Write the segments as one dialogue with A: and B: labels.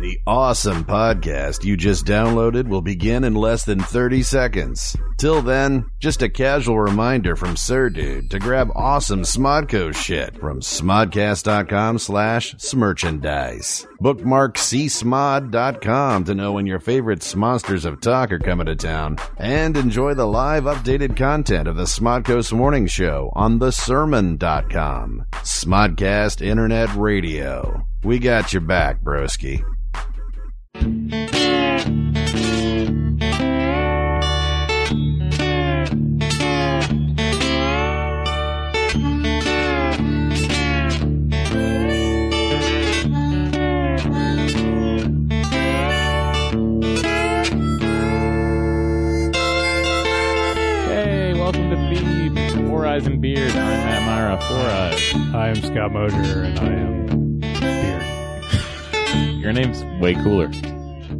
A: The awesome podcast you just downloaded will begin in less than 30 seconds. Till then, just a casual reminder from Sir Dude to grab awesome Smodco shit from smodcast.com slash smerchandise. Bookmark csmod.com to know when your favorite Smonsters of Talk are coming to town and enjoy the live updated content of the Smodco's Morning Show on thesermon.com. Smodcast Internet Radio. We got your back, broski.
B: Hey, welcome to Beep, Four Eyes and Beard. I'm Matt Myra, Four Eyes.
C: I am Scott Mosier, and I am beard.
B: Your name's way cooler.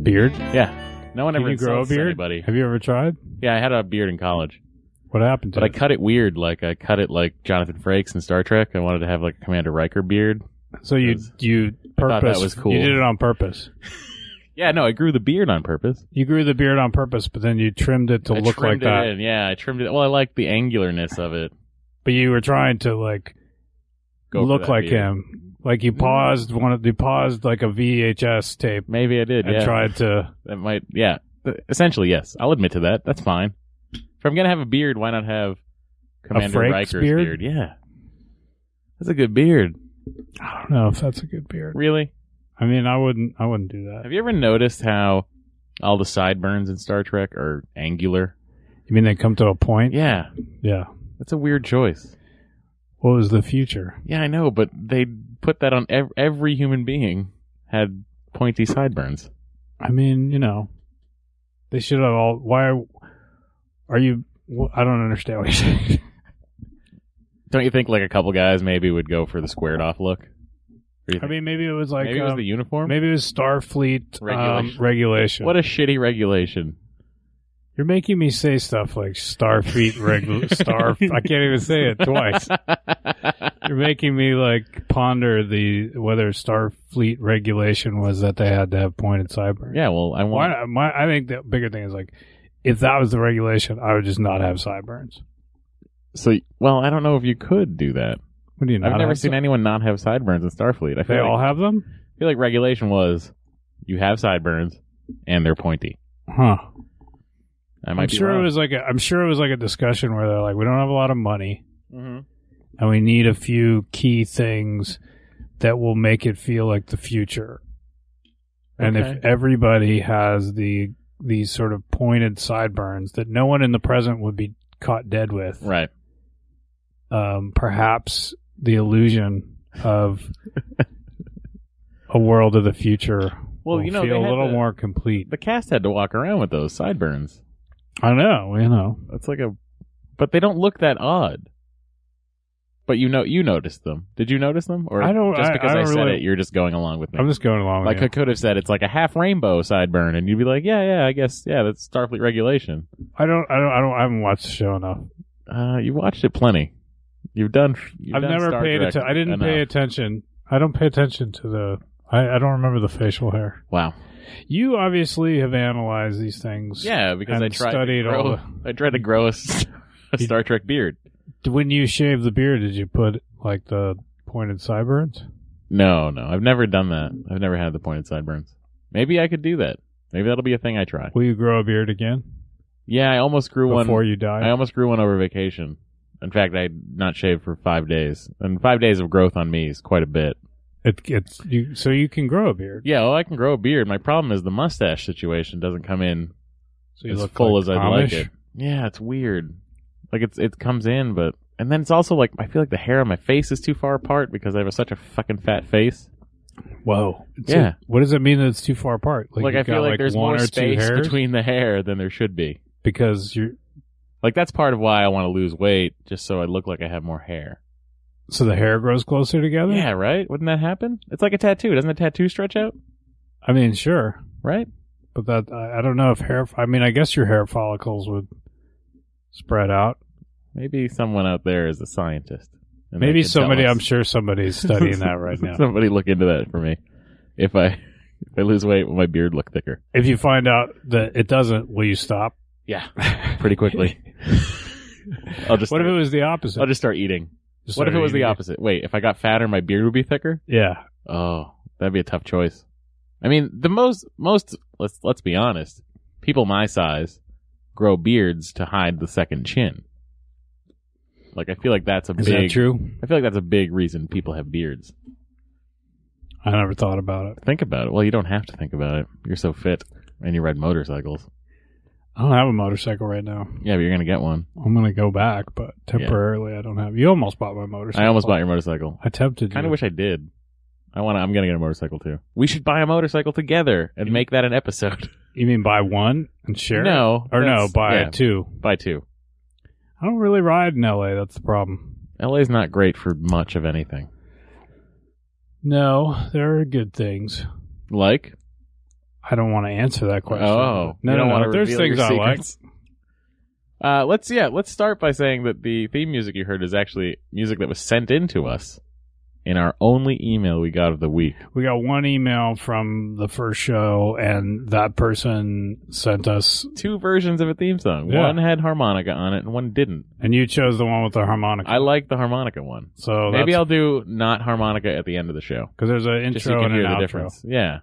C: Beard?
B: Yeah. No one
C: Can
B: ever
C: you grow a
B: insults
C: beard?
B: anybody.
C: Have you ever tried?
B: Yeah, I had a beard in college,
C: What happened to
B: but I
C: it?
B: cut it weird. Like I cut it like Jonathan Frakes in Star Trek. I wanted to have like a Commander Riker beard.
C: so you you
B: thought that
C: purpose
B: was cool.
C: You did it on purpose.
B: Yeah, no, I grew the beard on purpose.
C: You grew the beard on purpose, but then you trimmed it to
B: I
C: look like
B: trimmed it
C: that.
B: in. Yeah, I trimmed it. Well, I like the angularness of it.
C: But you were trying to like
B: Go for
C: look
B: that
C: like
B: beard.
C: him. Like you paused one of you paused like a VHS tape
B: Maybe I did.
C: and
B: yeah,
C: tried to
B: that might. Yeah, essentially, yes. I'll admit to that. That's fine. If I'm gonna have a beard, why not have Commander
C: Frakes
B: Riker's
C: beard?
B: Yeah, that's a good beard.
C: I don't know if that's a good beard.
B: Really?
C: I mean I wouldn't I wouldn't do that.
B: Have you ever noticed how all the sideburns in Star Trek are angular?
C: You mean they come to a point?
B: Yeah,
C: Yeah.
B: that's a weird choice.
C: What was the future?
B: Yeah, I know, but they put that on ev- every human being had pointy sideburns.
C: I mean, you know, they should have all. Why are, are you? wh- I don't understand what you're saying.
B: Don't you think like a couple guys maybe would go for the squared off look? Or you
C: I
B: think-
C: mean, maybe it was like
B: maybe it was
C: um,
B: the uniform.
C: maybe it was Starfleet regulation.
B: Regulation.
C: Um, regulation.
B: what a shitty regulation.
C: you're making me say stuff like Starfleet regular Star. I can't even say it twice. You're making me like ponder the whether Starfleet regulation was that they had to have pointed sideburns.
B: yeah, well, I want.
C: Why, my, I think the bigger thing is like if that was the regulation, I would just not have sideburns.
B: So, well, I don't know if you could do that.
C: What do you?
B: I've
C: not
B: never
C: have
B: seen
C: si-
B: anyone not have sideburns in Starfleet. I feel
C: They
B: like,
C: all have them.
B: I feel like regulation was you have sideburns and they're pointy.
C: Huh.
B: I might
C: I'm
B: be
C: sure
B: wrong.
C: it was like a, I'm sure it was like a discussion where they're like, we don't have a lot of money,
B: Mhm.
C: Mm-hmm. and we need a few key things that will make it feel like the future. And if
B: Okay.
C: everybody has the these sort of pointed sideburns that no one in the present would be caught dead with,
B: right.
C: um, perhaps the illusion of a world of the future
B: Well,
C: will
B: you know,
C: feel
B: they
C: a
B: had
C: little
B: the-
C: more complete.
B: The cast had to walk around with those sideburns.
C: I know, you know.
B: That's like a, but they don't look that odd. But you know, you noticed them. Did you notice them? Or
C: I don't-
B: just
C: I-
B: because
C: I
B: I,
C: don't
B: said
C: really-
B: it, you're just going along with me.
C: I'm just going along.
B: like
C: with you.
B: I could have said, it's like a half rainbow sideburn, and you'd be like, yeah, yeah, I guess, yeah, that's Starfleet regulation.
C: I don't, I don't, I don't, I haven't watched the show enough.
B: Uh, you watched it plenty. You've done. You've
C: I've
B: done
C: never
B: Star
C: paid
B: Trek
C: attention. I didn't pay
B: enough.
C: attention. I don't pay attention to the. I, I don't remember the facial hair.
B: Wow.
C: You obviously have analyzed these things.
B: Yeah, because
C: And
B: I tried
C: studied
B: to grow,
C: all
B: I tried to grow a, s- a
C: You-
B: Star Trek beard.
C: When you shaved the beard, did you put like the pointed sideburns?
B: No, no, I've never done that. I've never had the pointed sideburns. Maybe I could do that. Maybe that'll be a thing I try.
C: Will you grow a beard again
B: Yeah, I almost grew one.
C: before you
B: I
C: die?
B: almost grew one over vacation. In fact, I had not shaved for five days, and five days of growth on me is quite a bit.
C: It, it's you, so you can grow a beard.
B: Yeah, well, I can grow a beard. My problem is the mustache situation doesn't come in
C: So you
B: as
C: look
B: full
C: like
B: as I'd
C: Amish.
B: like it. Yeah, it's weird. Like it's it comes in, but and then it's also like I feel like the hair on my face is too far apart because I have such a fucking fat face.
C: Whoa. It's
B: Yeah.
C: a- what does it mean that it's too far apart?
B: Like, I
C: you've
B: feel
C: got,
B: like, there's more
C: one or two
B: space
C: hairs?
B: between the hair than there should be.
C: because you're
B: Like that's part of why I want to lose weight, just so I look like I have more hair.
C: so the hair grows closer together.
B: Yeah, right? Wouldn't that happen? It's like a tattoo. Doesn't a tattoo stretch out?
C: I mean, sure.
B: Right?
C: But that I, I don't know if hair. I mean, I guess your hair follicles would spread out.
B: Maybe someone out there is a scientist. and they
C: Maybe
B: can tell
C: somebody.
B: us.
C: I'm sure somebody's studying that right now.
B: Somebody look into that for me. If I If I lose weight, will my beard look thicker?
C: If you find out that it doesn't, will you stop?
B: Yeah, pretty quickly. I'll just
C: What if it
B: start,
C: was the opposite?
B: I'll just start eating.
C: Just
B: what if it
C: start
B: was the
C: eating
B: opposite? Wait, if I got fatter, my beard would be thicker.
C: Yeah.
B: Oh, that'd be a tough choice. I mean, the most most let's let's be honest, people my size grow beards to hide the second chin. Like I feel like that's a
C: Is
B: big.
C: that true?
B: I feel like that's a big reason people have beards.
C: I never thought about it.
B: Think about it. Well, you don't have to think about it. You're so fit, and you ride motorcycles.
C: I don't have a motorcycle right now.
B: Yeah, but you're gonna get one.
C: I'm gonna go back, but temporarily I don't have. You almost bought my motorcycle.
B: I almost bought your motorcycle.
C: I tempted.
B: Kind
C: you.
B: of wish I did. I want. to I'm gonna get a motorcycle too. We should buy a motorcycle together and make that an episode.
C: You mean buy one and share? it?
B: No,
C: or no,
B: that's-
C: buy
B: yeah,
C: two.
B: buy two.
C: I don't really ride in L.A. That's the problem.
B: LA's not great for much of anything.
C: No, there are good things.
B: Like,
C: I don't want to answer that question.
B: oh,
C: no,
B: you
C: no,
B: don't
C: no.
B: want to
C: There's
B: reveal
C: things
B: your
C: I like.
B: secrets. Uh, let's yeah, let's start by saying that the theme music you heard is actually music that was sent in to us in our only email we got of the week.
C: We got one email from the first show, and that person sent us,
B: Two versions of a theme song.
C: Yeah.
B: One had harmonica on it, and one didn't.
C: and you chose the one with the harmonica.
B: I like the harmonica one.
C: so
B: Maybe
C: that's
B: I'll do not harmonica at the end of the show,
C: because there's an
B: just so you
C: intro
B: can
C: and
B: hear
C: an
B: the
C: outro.
B: difference. Yeah.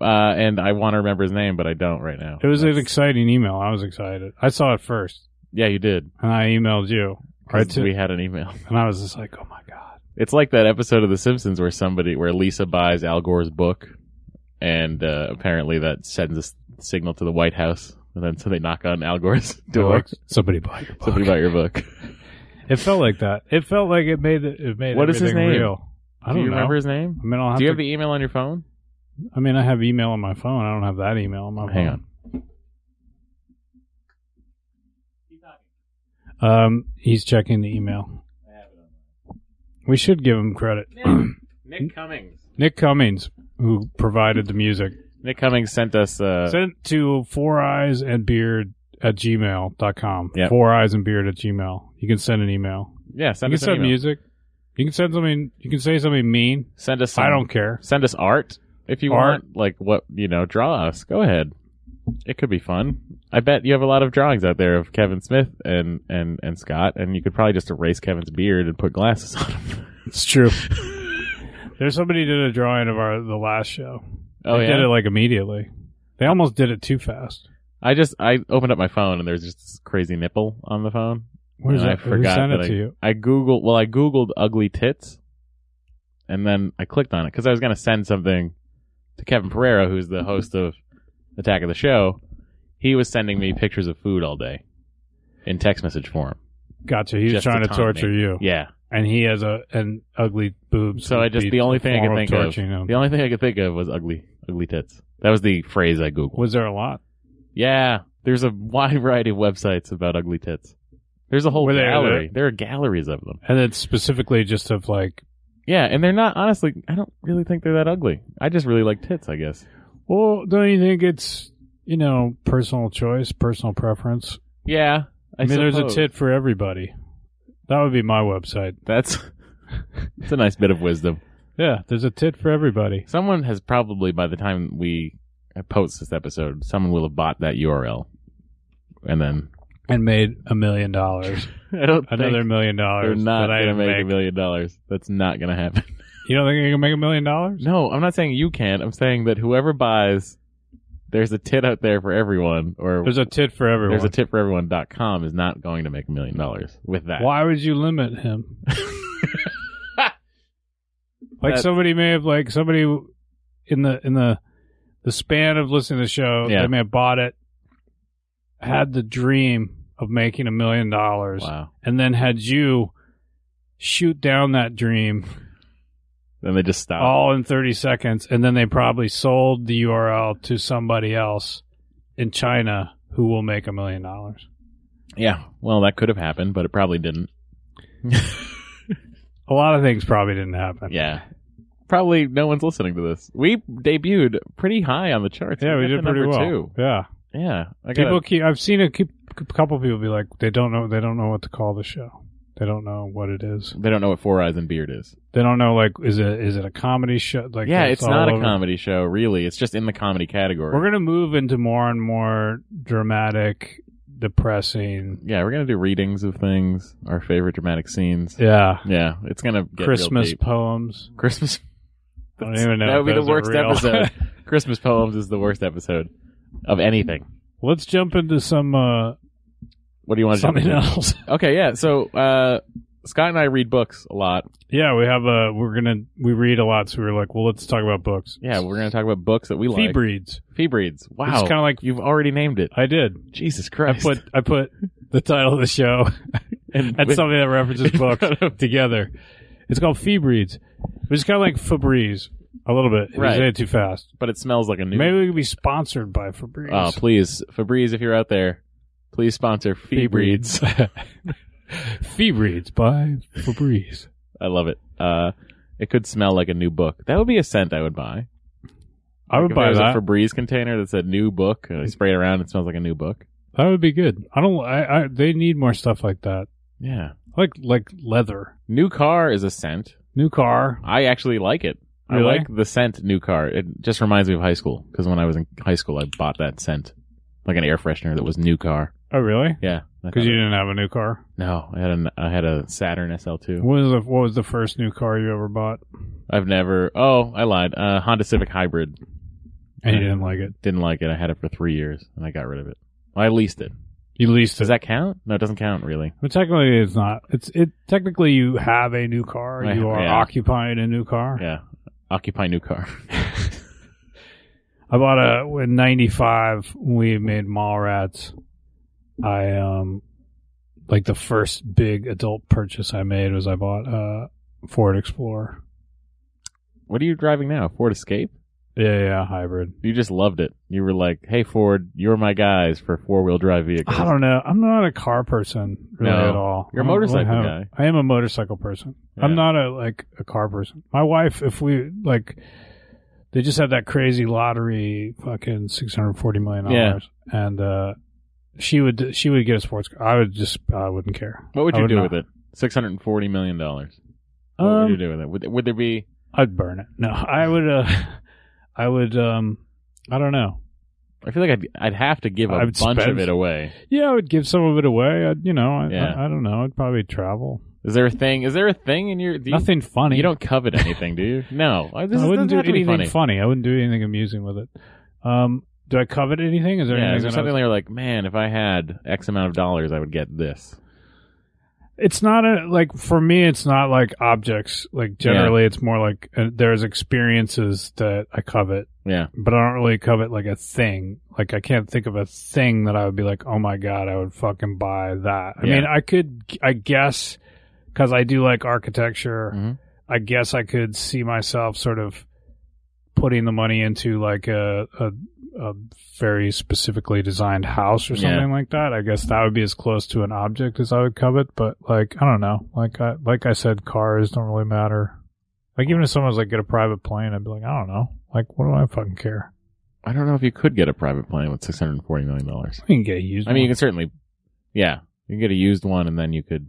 B: Uh, and I want to remember his name, but I don't right now.
C: It was an
B: That's-
C: exciting email. I was excited. I saw it first,
B: yeah, you did.
C: and I emailed you,
B: 'cause
C: Right, so-
B: we had an email.
C: and I was just like, "Oh my god!"
B: It's like that episode of The Simpsons where somebody, where Lisa buys Al Gore's book, and uh, apparently that sends a s- signal to the White House, and then so they knock on Al Gore's door.
C: Somebody bought your book.
B: Somebody buy your book.
C: It felt like that. It felt like it made it, it made
B: What is his
C: everything
B: name?
C: real. I don't
B: Do you
C: know.
B: remember his name?
C: I mean, I'll have
B: Do you
C: to,
B: have the email on your phone?
C: I mean, I have email on my phone. I don't have that email on my phone.
B: Hang on.
C: Um, he's checking the email. We should give him credit.
B: Nick Cummings.
C: Nick Cummings, who provided the music,
B: Nick Cummings sent us. Uh,
C: sent to four eyes and beard at gmail.com.
B: Yep.
C: Four eyes and beard at gmail. You can send an email.
B: yeah, send
C: you
B: us
C: can
B: an
C: send
B: email.
C: music. You can send something. You can say something mean.
B: Send us. Some,
C: I don't care.
B: Send us art if you
C: Art.
B: want. Like what you know, draw us. Go ahead. It could be fun. I bet you have a lot of drawings out there of Kevin Smith and and and Scott, and you could probably just erase Kevin's beard and put glasses on him.
C: It's true. There's somebody did a drawing of our the last show.
B: oh
C: they
B: yeah.
C: did it like immediately. They almost did it too fast.
B: I just I opened up my phone and there's just this crazy nipple on the phone.
C: Where's
B: And
C: that?
B: I forgot
C: Who sent
B: that
C: it
B: I-
C: to you?
B: I googled well I googled ugly tits, and then I clicked on it because I was gonna send something to Kevin Pereira, who's the host of Attack of the Show. He was sending me pictures of food all day in text message form.
C: Gotcha. He's
B: Just
C: trying
B: to
C: to,
B: taunt
C: torture you,
B: Yeah.
C: and he has a an ugly boob.
B: So I just the only thing I could think of the only thing I could think of was ugly ugly tits. That was the phrase I googled.
C: Was there a lot?
B: Yeah, there's a wide variety of websites about ugly tits. There's a whole
C: Were they-
B: gallery. there are galleries of them.
C: And it's specifically just of like,
B: Yeah, and they're not honestly. I don't really think they're that ugly. I just really like tits, I guess.
C: well, don't you think it's you know personal choice, personal preference?
B: Yeah, I,
C: I, mean, there's
B: suppose.
C: a tit for everybody. That would be my website.
B: That's it's a nice bit of wisdom.
C: Yeah, there's a tit for everybody.
B: Someone has probably by the time we post this episode, someone will have bought that URL, and then
C: And made a million dollars.
B: I don't
C: Another
B: think
C: million
B: they're
C: dollars.
B: not
C: that I
B: gonna
C: didn't
B: make,
C: make.
B: a million dollars. That's not gonna happen.
C: You don't think you can make a million dollars?
B: No, I'm not saying you can't. I'm saying that whoever buys, there's a tit out there for everyone, or
C: There's a tit for everyone.
B: there's a tit for everyone.com is not going to make a million dollars with that.
C: Why would you limit him? like
B: That's-
C: somebody may have like somebody in the in the the span of listening to the show,
B: Yeah.
C: they may have bought it, had the dream of making a million dollars,
B: Wow.
C: and then had you shoot down that dream
B: Then they just stop.
C: all in 30 seconds and then they probably sold the url to somebody else in china who will make a million dollars
B: Yeah. Well, that could have happened, but it probably didn't.
C: a lot of things probably didn't happen
B: Yeah. Probably no one's listening to this. We debuted pretty high on the charts.
C: yeah we
B: got
C: did
B: to
C: pretty
B: number
C: well
B: Two.
C: yeah
B: Yeah. I got
C: people keep i've seen a, keep, a couple people be like they don't know they don't know what to call the show They don't know what it is.
B: They don't know what Four Eyes and Beard is.
C: They don't know like is it is it a comedy show? Like
B: yeah,
C: that's
B: it's not a
C: all over-
B: comedy show, really. It's just in the comedy category.
C: We're gonna move into more and more dramatic, depressing.
B: yeah, we're gonna do readings of things, our favorite dramatic scenes. Yeah,
C: Yeah,
B: it's gonna get real
C: Christmas
B: deep.
C: poems.
B: Christmas.
C: I don't even know
B: that
C: if
B: would be the
C: those are
B: worst
C: real.
B: episode. Christmas poems is the worst episode of anything.
C: Let's jump into some uh,
B: What do you want to jump
C: something
B: into?
C: else.
B: Okay, yeah. So uh, Scott and I read books a lot.
C: yeah, we have a we're gonna we read a lot, so we were like, well, let's talk about books.
B: Yeah, we're gonna talk about books that we
C: Fee
B: like.
C: breeds.
B: Feebreeds. Wow,
C: It's kind of like
B: you've already named it.
C: I did.
B: Jesus
C: I
B: Christ!
C: put I put the title of the show
B: and
C: and something that references books together. It's called Fee Breeds, which is kind of like Febreze a little bit. If
B: Right.
C: You say it too fast.
B: but it smells like a new.
C: Maybe we could be sponsored by Febreze.
B: Oh, please, Febreze, if you're out there, please sponsor Feebreeds.
C: Fee Breeds by Febreze.
B: I love it. Uh, it could smell like a new book. That would be a scent I would buy.
C: I would
B: if
C: buy
B: there was
C: that.
B: a Febreze container that said "new book," and I spray it around, it smells like a new book.
C: that would be good. I don't. I, I. They need more stuff like that.
B: Yeah,
C: Like like leather.
B: new car is a scent.
C: New car.
B: I actually like it.
C: Really?
B: I like the scent new car. It just reminds me of high school because when I was in high school, I bought that scent, like an air freshener that was new car.
C: Oh really?
B: Yeah, I
C: Because
B: thought-
C: you didn't have a new car.
B: no, I had an I had a Saturn SL2.
C: What was the What was the first new car you ever bought?
B: I've never. Oh, I lied. Uh, Honda Civic Hybrid.
C: And you
B: Yeah.
C: didn't like it.
B: Didn't like it. I had it for three years and I got rid of it. Well, I leased it.
C: You leased it.
B: Does that count? No, it doesn't count really.
C: Well, technically, it's not. It's it. Technically, you have a new car.
B: I-
C: you are
B: yeah.
C: occupying a new car.
B: Yeah, occupy new car.
C: I bought a in '95. We made Mallrats. I um, like the first big adult purchase I made was I bought a Ford Explorer.
B: what are you driving now? Ford Escape.
C: Yeah, yeah, hybrid.
B: You just loved it. You were like, "Hey Ford, you're my guys for four wheel drive vehicles."
C: I don't know. I'm not a car person really
B: No.
C: at all.
B: You're a
C: I don't really
B: motorcycle
C: have-
B: guy.
C: I am a motorcycle person.
B: Yeah.
C: I'm not a like a car person. My wife, if we like, they just had that crazy lottery, fucking six hundred forty million
B: Yeah.
C: dollars, and uh, she would she would get a sports car. I would just I wouldn't care.
B: What would
C: I
B: you
C: would
B: do
C: not.
B: with it? Six hundred and forty million dollars. What would
C: Um,
B: you do with it? Would, would there be?
C: I'd burn it. No, I would. Uh, I would. Um, I don't know.
B: I feel like I'd I'd have to give a
C: I would
B: bunch of
C: spend-
B: it away.
C: Yeah, I would give some of it away. I'd, you know, I,
B: Yeah.
C: I, I don't know. I'd probably travel.
B: Is there a thing? Is there a thing in your? Do you,
C: Nothing funny.
B: You don't covet anything, do you? No. I, this
C: I
B: is- doesn't
C: wouldn't do
B: have to be
C: anything funny.
B: funny.
C: I wouldn't do anything amusing with it. Um, do I covet anything? Is there
B: Yeah,
C: anything?
B: is there
C: that I
B: something
C: was-
B: like, like, man, if I had X amount of dollars, I would get this.
C: it's not a like for me. It's not like objects. Like generally, it's more like uh, there's experiences that I covet,
B: Yeah.
C: but I don't really covet like a thing. Like I can't think of a thing that I would be like, oh my god, I would fucking buy that. I
B: Yeah.
C: mean, I could, I guess, because I do like architecture.
B: Mhm.
C: I guess I could see myself sort of putting the money into like a a, a very specifically designed house or
B: Yeah.
C: something like that. I guess that would be as close to an object as I would covet. But like I don't know. Like I like I said, cars don't really matter. Like even if someone's like get a private plane, I'd be like, I don't know. Like what do I fucking care?
B: I don't know if you could get a private plane with six hundred and forty million dollars.
C: I can get a used.
B: I mean, you
C: one.
B: can certainly, yeah, you can get a used one, and then you could,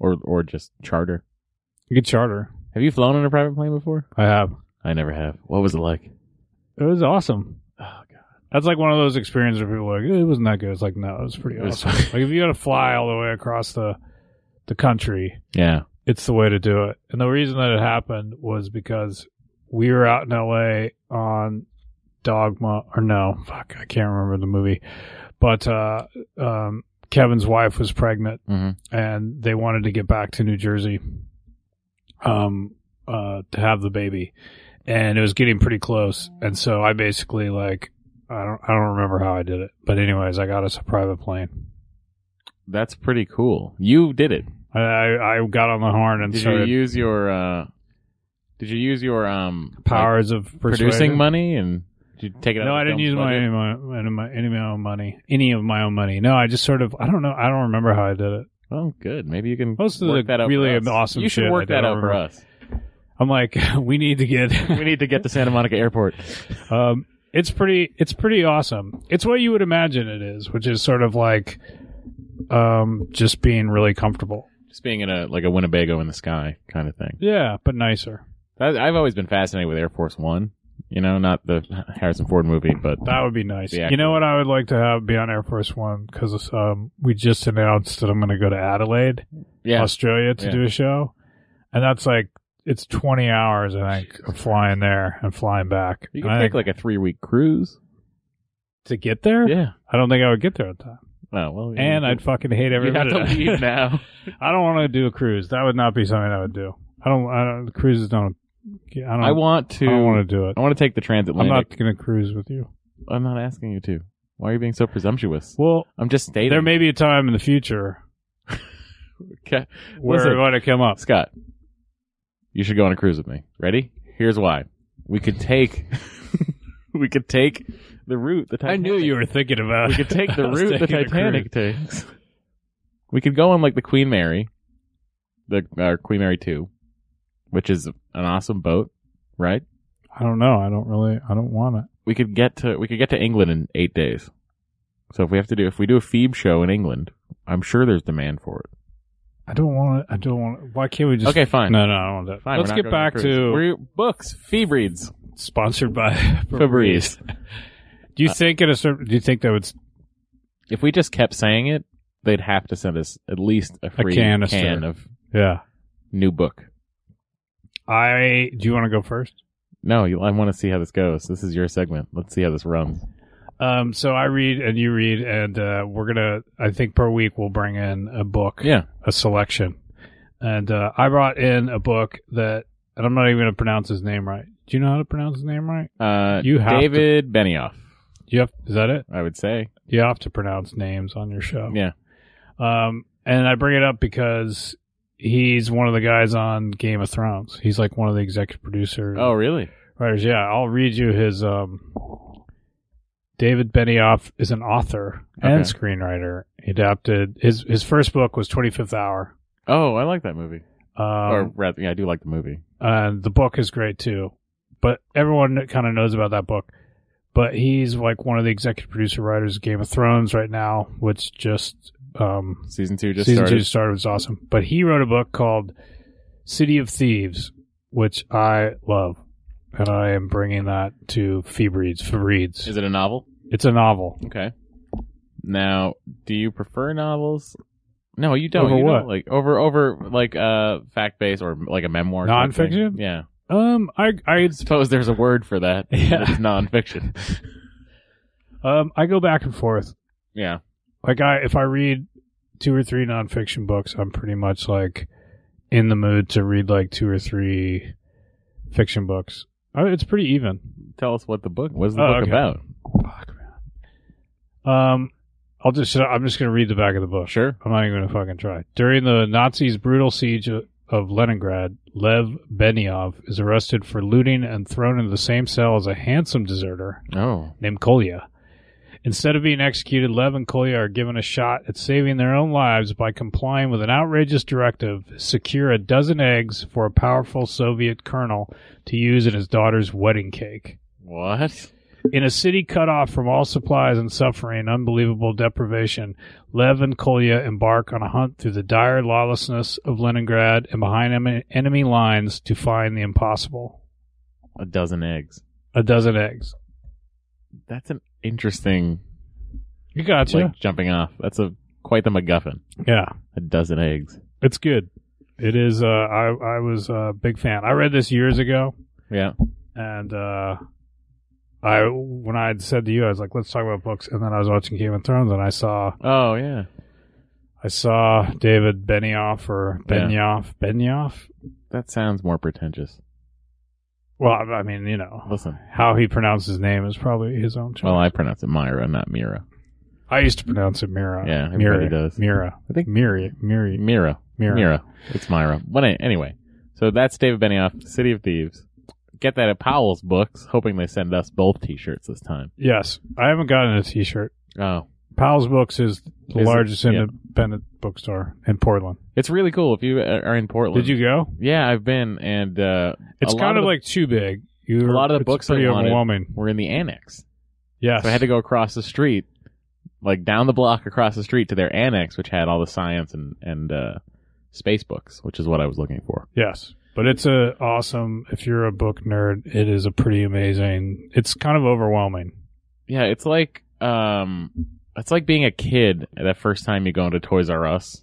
B: or or just charter.
C: you could charter.
B: Have you flown on a private plane before?
C: I have.
B: I never have. What was it like?
C: It was awesome.
B: Oh god,
C: That's like one of those experiences where people are like, "Eh, it wasn't that good. It's like, no, it was pretty
B: It was
C: awesome. like if you got to fly all the way across the the country,
B: yeah,
C: it's the way to do it. And the reason that it happened was because we were out in LA on Dogma or no, fuck, I can't remember the movie. But uh um Kevin's wife was pregnant
B: Mhm.
C: and they wanted to get back to New Jersey um uh to have the baby. And it was getting pretty close. And so I basically like I don't I don't remember how I did it. But anyways, I got us a private plane.
B: that's pretty cool. You did it.
C: I I, I got on the horn and
B: Did you
C: started
B: use your? uh Did you use your um like,
C: powers of
B: producing
C: persuasion.
B: money and did you take it? out
C: No,
B: of
C: I
B: the
C: didn't
B: film's
C: use my any,
B: budget?
C: of my any of my any of my own money, any of my own money. No, I just sort of I don't know. I don't remember how I did it.
B: Oh, good. Maybe you can
C: Most of
B: work
C: the
B: that out
C: really
B: for us.
C: awesome
B: You should
C: shit
B: work
C: I
B: that
C: don't
B: out for
C: remember.
B: us.
C: I'm like, we need to get.
B: We need to get to Santa Monica Airport.
C: um, it's pretty. It's pretty awesome. It's what you would imagine it is, which is sort of like, um, just being really comfortable.
B: Just being in a like a Winnebago in the sky kind of thing.
C: Yeah, but nicer.
B: That, I've always been fascinated with Air Force One. You know, not the Harrison Ford movie, but
C: That would be nice.
B: The
C: You know what I would like to have be on Air Force One because um, we just announced that I'm going to go to Adelaide,
B: yeah,
C: Australia, to
B: Yeah.
C: do a show, and that's like it's 20 hours I think of flying there and flying back.
B: you
C: And
B: can
C: I
B: take
C: think
B: like a three week cruise.
C: to get there.
B: Yeah.
C: I don't think I would get there at that.
B: Oh well. you-
C: And I'd fucking hate every
B: you have
C: minute.
B: to
C: of it.
B: leave now.
C: I don't want to do a cruise. That would not be something I would do. I don't. I don't cruises don't. I don't.
B: I want to.
C: I don't want to do it.
B: I want to take the transatlantic.
C: I'm not going to cruise with you.
B: I'm not asking you to. Why are you being so presumptuous?
C: Well,
B: I'm just stating.
C: there may be a time in the future
B: Okay.
C: where
B: Listen.
C: it might have come up.
B: Scott, you should go on a cruise with me. Ready? Here's why. We could take. we could take the route. The
C: I
B: Titanic.
C: knew you were thinking about.
B: We could take
C: I
B: the
C: was
B: route the
C: taking a
B: Titanic takes. We could go on like the Queen Mary, the uh, Queen Mary Two, which is an awesome boat, right?
C: cruise. I don't know. I don't really. I don't want it.
B: We could get to we could get to England in eight days. So if we have to do if we do a Phoebe show in England, I'm sure there's demand for it.
C: I don't want it. I don't want it. Why can't we just?
B: okay, fine.
C: No, no, I don't want that.
B: Fine,
C: Let's
B: we're not
C: get
B: going on a
C: back
B: cruise.
C: to
B: We're- books, Phoebe reads,
C: sponsored by
B: Febreze. Uh,
C: Do you think at a certain? Do you think that would s-
B: If we just kept saying it, they'd have to send us at least a free
C: canister.
B: can of
C: Yeah.
B: new book.
C: I. Do you want to go first?
B: No, you, I want to see how this goes. This is your segment. Let's see how this runs.
C: Um, so I read and you read, and uh, we're gonna. I think per week we'll bring in a book,
B: Yeah.
C: a selection. And uh, I brought in a book that, and I'm not even gonna pronounce his name right. Do you know how to pronounce his name right?
B: Uh,
C: You have
B: David Benioff,
C: You have is that it?
B: I would say.
C: You have to pronounce names on your show.
B: Yeah.
C: Um, and I bring it up because he's one of the guys on Game of Thrones. He's like one of the executive producers.
B: Oh, really?
C: writers. Yeah, I'll read you his. Um, David Benioff is an author and
B: Okay.
C: screenwriter. He adapted his his first book was Twenty Fifth Hour,
B: Oh, I like that movie. or
C: um,
B: rather, yeah, I do like the movie.
C: and the book is great too. But everyone kind of knows about that book. But he's like one of the executive producer writers of Game of Thrones right now, which just um,
B: Season two just
C: season two
B: started.
C: started was awesome. But he wrote a book called City of Thieves, which I love, and I am bringing that to Feebreeds. Feebreeds.
B: Is it a novel?
C: It's a novel.
B: Okay. Now, do you prefer novels? No, you don't.
C: Over
B: You don't
C: what?
B: like over over like uh fact based or like a memoir. type thing.
C: Nonfiction?
B: Yeah.
C: Um, I
B: I
C: I
B: suppose there's a word for that.
C: Yeah.
B: It's nonfiction.
C: um I go back and forth.
B: yeah.
C: Like I if I read two or three nonfiction books, I'm pretty much like in the mood to read like two or three fiction books. Uh, It's pretty even.
B: Tell us what the book. What's the
C: Oh,
B: book
C: okay.
B: about?
C: Fuck man. Um, I'll just I'm just gonna read the back of the book.
B: Sure.
C: I'm not even gonna fucking try. During the Nazis' brutal siege o- of Leningrad, Lev Benioff is arrested for looting and thrown into the same cell as a handsome deserter
B: Oh.
C: named Kolya. Instead of being executed, Lev and Kolya are given a shot at saving their own lives by complying with an outrageous directive: secure a dozen eggs for a powerful Soviet colonel to use in his daughter's wedding cake.
B: What?
C: In a city cut off from all supplies and suffering and unbelievable deprivation, Lev and Kolya embark on a hunt through the dire lawlessness of Leningrad and behind em- enemy lines to find the impossible.
B: A dozen eggs.
C: A dozen eggs.
B: That's an interesting
C: You gotcha.
B: like jumping off. That's a quite the MacGuffin.
C: yeah,
B: A dozen eggs.
C: it's good. It is. Uh, I I was a big fan. I read this years ago,
B: Yeah.
C: and uh, I when I had said to you, I was like, "Let's talk about books." And then I was watching Game of Thrones, and I saw
B: Oh yeah.
C: I saw David Benioff or
B: Yeah.
C: Benioff Benioff.
B: That sounds more pretentious.
C: Well, I I mean, you know,
B: Listen.
C: how he pronounced his name is probably his own choice.
B: Well, I pronounce it Myra, not Mira.
C: I, used to pronounce it Mira.
B: Yeah, everybody
C: Mira
B: does.
C: Mira.
B: I think
C: Mira. Mira.
B: Mira.
C: Mira.
B: Mira. It's Myra. But an- anyway, so that's David Benioff, City of Thieves. Get that at Powell's Books, hoping they send us both T-shirts this time.
C: Yes, I haven't gotten a T-shirt.
B: Oh,
C: Powell's Books is the
B: Is it?
C: largest
B: Yeah.
C: independent bookstore in Portland.
B: it's really cool. If you are are in Portland,
C: Did you go?
B: Yeah, I've been, and uh,
C: It's
B: a lot
C: kind of
B: the-
C: like too big. You
B: a lot of the
C: it's
B: books I
C: pretty
B: wanted-
C: overwhelming.
B: we're in the annex,
C: Yes,
B: so I had to go across the street, like down the block across the street to their annex, which had all the science and and uh, space books, which is what I was looking for.
C: Yes. But it's a awesome if you're a book nerd, it is a pretty amazing it's kind of overwhelming.
B: Yeah, it's like um, it's like being a kid that first time you go into Toys R Us.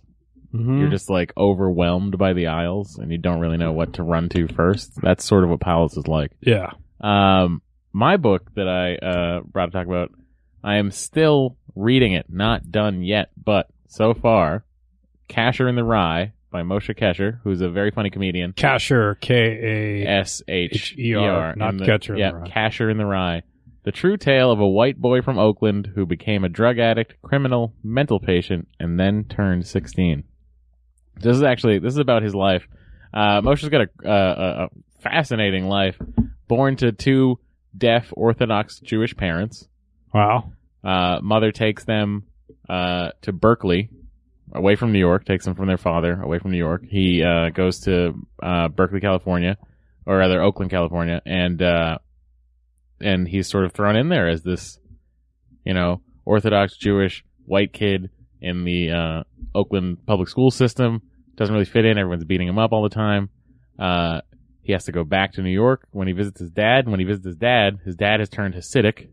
C: Hmm.
B: You're just like overwhelmed by the aisles, and you don't really know what to run to first. That's sort of what Palace is like.
C: Yeah.
B: Um, my book that I uh, brought to talk about, I am still reading it, not done yet, but so far, Casher in the Rye by Moshe Kesher, who's a very funny comedian.
C: Casher K A
B: S H E
C: H-E-R,
B: R,
C: not
B: in the-
C: Catcher in
B: yeah,
C: the Rye.
B: Casher in the Rye. The true tale of a white boy from Oakland who became a drug addict, criminal, mental patient, and then turned 16. This is actually this is about his life. Uh, Moshe's got a, uh, a fascinating life. Born to two deaf Orthodox Jewish parents,
C: Wow.
B: uh, mother takes them uh, to Berkeley, away from New York. Takes them from their father, away from New York. He uh, goes to uh, Berkeley, California, or rather Oakland, California, and uh, and he's sort of thrown in there as this, you know, Orthodox Jewish white kid in the uh, Oakland public school system. Doesn't really fit in. Everyone's beating him up all the time. Uh, he has to go back to New York when he visits his dad. And when he visits his dad, his dad has turned Hasidic.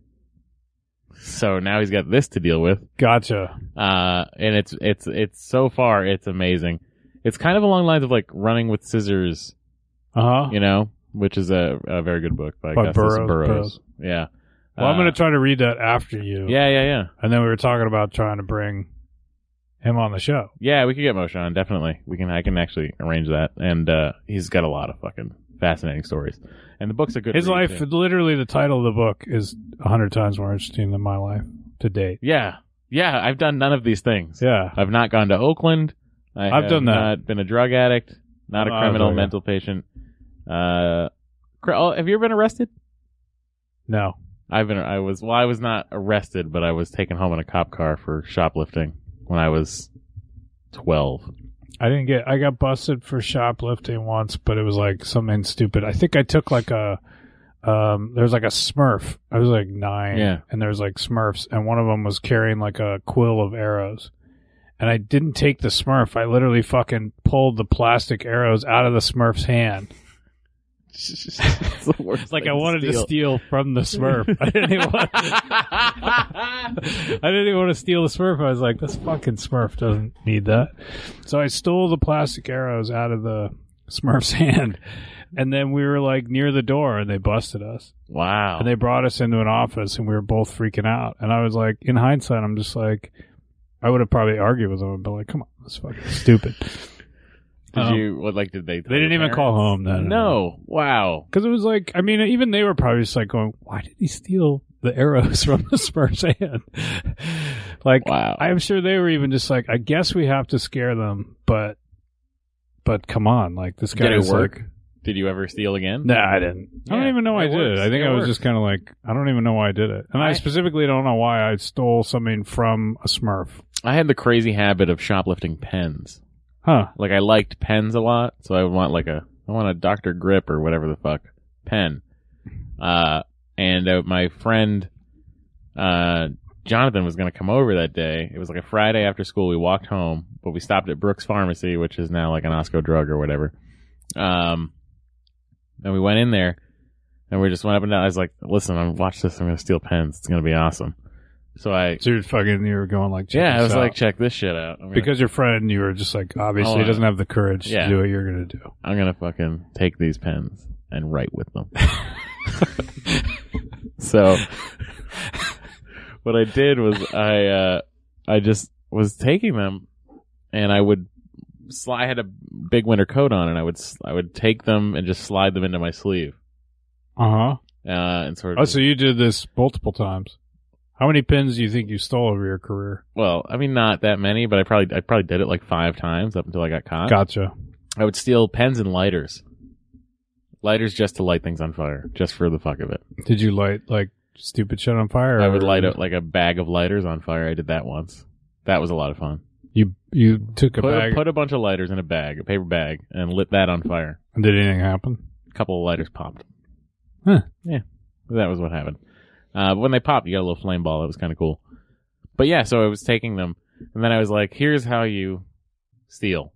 B: So now he's got this to deal with.
C: Gotcha.
B: Uh, and it's, it's, it's so far, it's amazing. It's kind of along the lines of like running with scissors,
C: Uh huh.
B: you know, which is a, a very good book by,
C: By
B: Augustus
C: Burroughs,
B: Burroughs.
C: Burroughs.
B: Yeah.
C: Well, I'm
B: Uh,
C: gonna try to read that after you.
B: Yeah, yeah, yeah.
C: And then we were talking about trying to bring him on the show.
B: Yeah, we could get Moshe on definitely. We can. I can actually arrange that, and uh, he's got a lot of fucking fascinating stories. And the book's a good.
C: His
B: read,
C: life,
B: too.
C: literally, the title of the book is a hundred times more interesting than my life to date.
B: Yeah, yeah. I've done none of these things.
C: Yeah,
B: I've not gone to Oakland. I
C: I've
B: have
C: done that.
B: Not been a drug addict. Not a
C: Oh,
B: criminal.
C: yeah.
B: Mental patient. Uh, cr- oh, have you ever been arrested?
C: no,
B: I've been. I was. Well, I was not arrested, but I was taken home in a cop car for shoplifting when I was twelve.
C: I didn't get. I got busted for shoplifting once, but it was like something stupid. I think I took like a. Um, there was like a Smurf. I was like nine,
B: Yeah.
C: and there was like Smurfs, and one of them was carrying like a quill of arrows, and I didn't take the Smurf. I literally fucking pulled the plastic arrows out of the Smurf's hand.
B: it's the worst
C: It's like
B: thing
C: I wanted to steal from the Smurf. I didn't even want. I didn't even want to steal the Smurf. I was like, this fucking Smurf doesn't need that. So I stole the plastic arrows out of the Smurf's hand. And then we were like near the door and they busted us.
B: wow.
C: And they brought us into an office and we were both freaking out. And I was like, in hindsight, I'm just like, I would have probably argued with them and been like, come on, that's fucking stupid.
B: Did
C: Um,
B: you what like did they
C: They didn't even call home then.
B: No. Wow.
C: Because it was like, I mean, even they were probably just like going, why did he steal the arrows from the Spurs hand? like,
B: Wow.
C: I'm sure they were even just like, I guess we have to scare them, but, but come on, like this guy
B: Did it
C: is
B: work?
C: Like,
B: Did you ever steal again?
C: nah, I didn't. I don't
B: Yeah,
C: even know I
B: it
C: did.
B: works.
C: it. I think
B: It
C: I was
B: works.
C: just kind of like, I don't even know why I did it, and I,
B: I-
C: specifically don't know why I stole something from a Smurf,
B: I had the crazy habit of shoplifting pens.
C: huh?
B: Like I liked pens a lot, so I would want like a I want a Dr. Grip or whatever the fuck pen. Uh and uh, my friend uh Jonathan was going to come over that day. It was like a Friday after school. We walked home, but we stopped at Brooks Pharmacy, which is now like an Osco drug or whatever. Um, and we went in there and we just went up and down. I was like, listen, I'm watch this. I'm going to steal pens. It's going to be awesome. So I,
C: So you're fucking, you were going like, check
B: yeah, I
C: this
B: was
C: out.
B: like, check this shit out. I'm gonna,
C: because your friend, you were just like, obviously,
B: Oh,
C: he
B: uh,
C: doesn't have the courage
B: yeah.
C: to do what you're gonna do.
B: I'm going to fucking take these pens and write with them. so what I did was I, uh, I just was taking them and I would sli- I had a big winter coat on and I would, s- I would take them and just slide them into my sleeve.
C: Uh huh.
B: Uh, and sort of,
C: Oh, so you did this multiple times. How many pins do you think you stole over your career?
B: well, I mean, not that many, but I probably, I probably did it like five times up until I got caught.
C: Gotcha.
B: I would steal pens and lighters. Lighters just to light things on fire, just for the fuck of it.
C: Did you light like stupid shit on fire?
B: I would
C: or-
B: light up like a bag of lighters on fire. I did that once. That was a lot of fun.
C: You you took a
B: Put a,
C: bag.
B: put a bunch of lighters in a bag, a paper bag, and lit that on fire.
C: and did anything happen?
B: A couple of lighters popped.
C: Huh.
B: Yeah, that was what happened. Uh, but when they popped, you got a little flame ball. That was kind of cool. But yeah, so I was taking them, and then I was like, "Here's how you steal."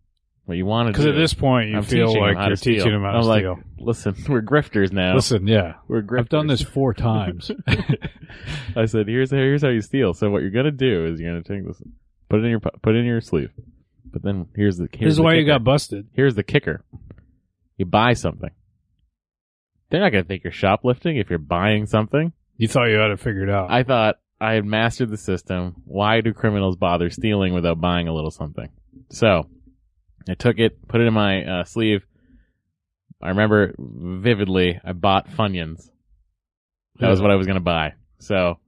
B: what you want to
C: Because
B: do.
C: at this point, you
B: I'm
C: feel
B: teaching
C: like
B: them how
C: you're
B: to steal.
C: teaching them how to
B: I'm like,
C: steal.
B: listen, we're grifters now.
C: Listen, yeah,
B: we're grifters.
C: I've done this four times.
B: I said, here's how, here's how you steal. So what you're gonna do is you're gonna take this, put it in your po- put it in your sleeve. But then here's the here's
C: this is
B: the
C: why
B: kicker.
C: you got busted.
B: here's the kicker. You buy something. They're not gonna think you're shoplifting if you're buying something.
C: You thought you had it figured out.
B: I thought I had mastered the system. Why do criminals bother stealing without buying a little something? So I took it, put it in my uh, sleeve. I remember vividly, I bought Funyuns. That was what I was going to buy. So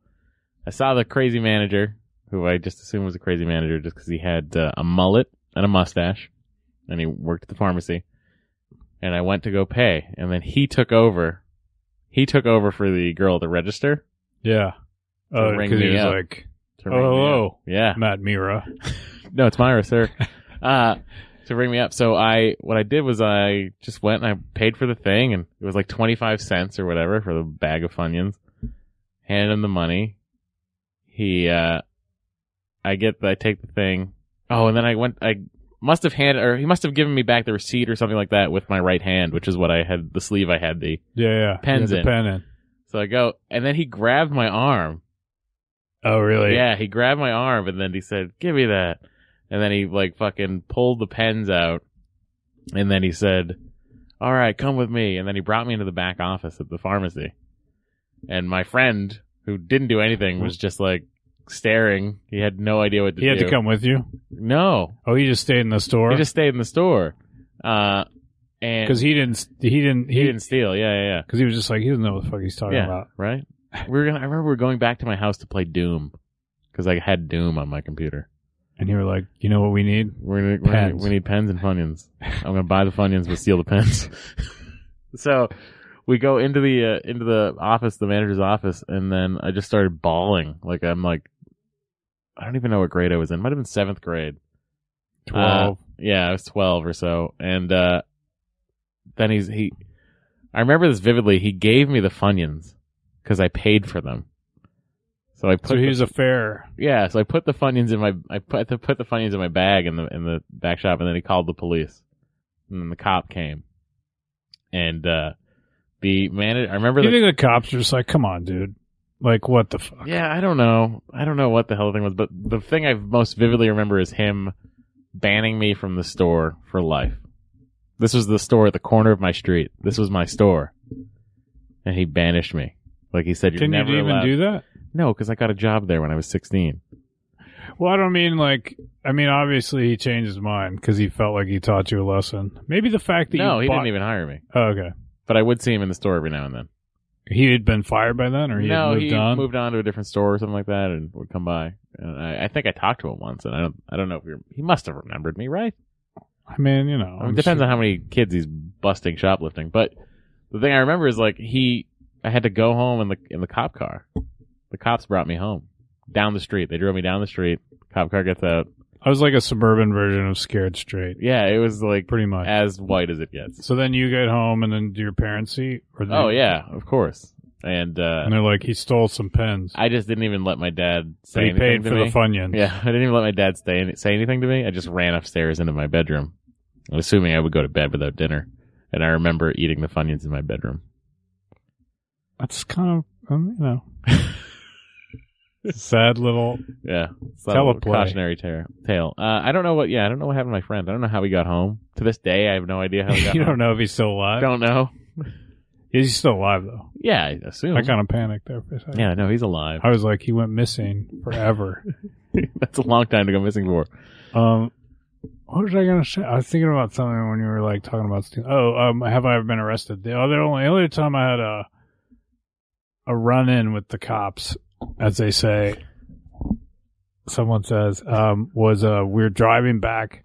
B: I saw the crazy manager, who I just assumed was a crazy manager just because he had uh, a mullet and a mustache, and he worked at the pharmacy. And I went to go pay, and then he took over. He took over for the girl at the register.
C: yeah.
B: To
C: Oh,
B: ring
C: because he
B: me
C: was
B: up.
C: like
B: to ring me up.
C: Hello.
B: Yeah.
C: Matt Mira.
B: No, it's Myra, sir. uh, to ring me up. So I, what I did was I just went and I paid for the thing and it was like 25 cents or whatever for the bag of Funyuns. Handed him the money. He, uh, I get, I take the thing. Oh, and then I went, I must have handed, or he must have given me back the receipt or something like that with my right hand, which is what I had, the sleeve I had the.
C: Yeah, yeah.
B: Pens
C: yeah, the
B: in.
C: Pen in.
B: So I go, and then he grabbed my arm
C: Oh, really?
B: yeah, he grabbed my arm and then he said, "Give me that," and then he like fucking pulled the pens out, and then he said, "All right, come with me," and then he brought me into the back office at the pharmacy, and my friend who didn't do anything was just like staring. He had no idea what to
C: Mm-hmm. He had
B: do.
C: to come with you.
B: No,
C: Oh, he just stayed in the store
B: he just stayed in the store, uh, and
C: because he didn't. He didn't.
B: he didn't steal. Yeah, yeah, yeah.
C: Because he was just like he doesn't know what the fuck he's talking
B: Yeah,
C: about.
B: right. We were gonna. I remember we were going back to my house to play Doom because I had Doom on my computer.
C: And you were like, you know what we need?
B: We're gonna, we're gonna
C: Pens.
B: we need pens and funyuns. I'm gonna buy the funyuns but steal the pens. so we go into the uh, into the office, the manager's office, and then I just started bawling. Like I'm like, I don't even know what grade I was in. Might have been seventh grade. Uh,
C: Twelve.
B: Yeah, I was twelve or so. And uh, then he's he. I remember this vividly. He gave me the funyuns because I paid for them. So I put
C: so
B: the-
C: he was a fair.
B: yeah, so I put the funyuns in my I put the put the funyuns in my bag in the in the back shop, and then he called the police, and then the cop came, and uh the manager. I remember.
C: You
B: The,
C: think the cops are just like, come on, dude. Like, what the fuck?
B: yeah, I don't know, I don't know what the hell the thing was, but the thing I most vividly remember is him banning me from the store for life. This was the store at the corner of my street. This was my store, and he banished me. Like he said, you're
C: Can you
B: never
C: even
B: allowed.
C: do that?
B: No, because I got a job there when I was 16.
C: Well, I don't mean like. I mean, obviously, he changed his mind because he felt like he taught you a lesson. Maybe the fact that
B: No,
C: you
B: he
C: bought-
B: didn't even hire me.
C: Oh, okay,
B: But I would see him in the store every now and then.
C: he had been fired by then, or he
B: no,
C: had moved
B: he
C: on.
B: moved on to a different store or something like that, and would come by. And I, I think I talked to him once, and I don't, I don't know if he, he must have remembered me, right?
C: I mean, you know,
B: I mean, it depends on how many kids he's busting shoplifting. But the thing I remember is like he, I had to go home in the in the cop car. The cops brought me home down the street. They drove me down the street. Cop car gets out.
C: I was like a suburban version of Scared Straight,
B: Yeah, it was like
C: pretty much.
B: as white as it gets.
C: so then you get home, and then do your parents see? Or they-
B: Oh yeah, of course. And uh,
C: and they're like, he stole some pens,
B: I just didn't even let my dad
C: but
B: say
C: he
B: anything
C: paid
B: to
C: for
B: me.
C: the funyuns.
B: Yeah, I didn't even let my dad stay and say anything to me. I just ran upstairs into my bedroom, assuming I would go to bed without dinner. And I remember eating the funyuns in my bedroom.
C: that's kind of um, you know, sad little.
B: Yeah, it's
C: Tell
B: a
C: a play.
B: cautionary tar- tale. Uh, I don't know what. Yeah, I don't know what happened to my friend. I don't know how he got home. To this day, I have no idea how he got
C: you
B: home.
C: don't know if he's still alive.
B: Oh, Don't know.
C: He's still alive though.
B: Yeah, I assume.
C: I kind of panicked there for a second.
B: yeah, no, he's alive.
C: I was like, he went missing forever.
B: That's a long time to go missing for.
C: um, what was I gonna say? I was thinking about something when you were like talking about. Steve. Oh, um, have I ever been arrested? The other only, the only time I had a a run in with the cops, as they say. Someone says um, was uh, we were driving back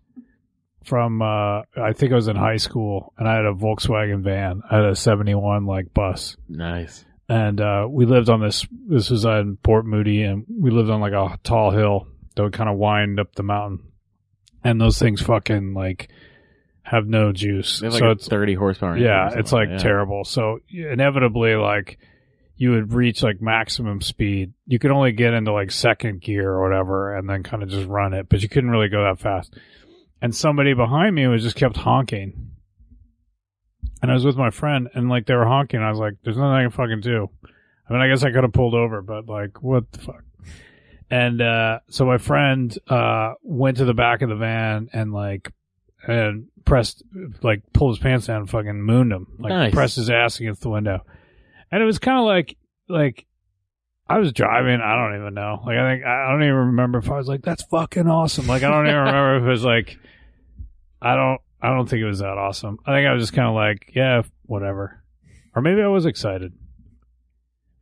C: from uh, I think I was in high school, and I had a Volkswagen van, I had a seventy one like bus,
B: Nice.
C: and uh, we lived on this. This was in Port Moody, and we lived on like a tall hill that would kind of wind up the mountain. And those things fucking like have no juice.
B: They have like
C: so
B: a
C: it's
B: thirty horsepower. engine or
C: yeah,
B: something
C: it's like
B: that.
C: terrible. So inevitably, like you would reach like maximum speed. You could only get into like second gear or whatever, and then kind of just run it, but you couldn't really go that fast. and somebody behind me was just kept honking. And I was with my friend, and like they were honking. I was like, "There's nothing I can fucking do." I mean, I guess I could have pulled over, but like, what the fuck? And uh, so my friend uh, went to the back of the van and like and pressed like pulled his pants down and fucking mooned him like
B: Nice.
C: pressed his ass against the window and it was kind of like like i was driving i don't even know like i think i don't even remember if i was like that's fucking awesome like i don't even remember if it was like i don't i don't think it was that awesome i think i was just kind of like yeah whatever or maybe i was excited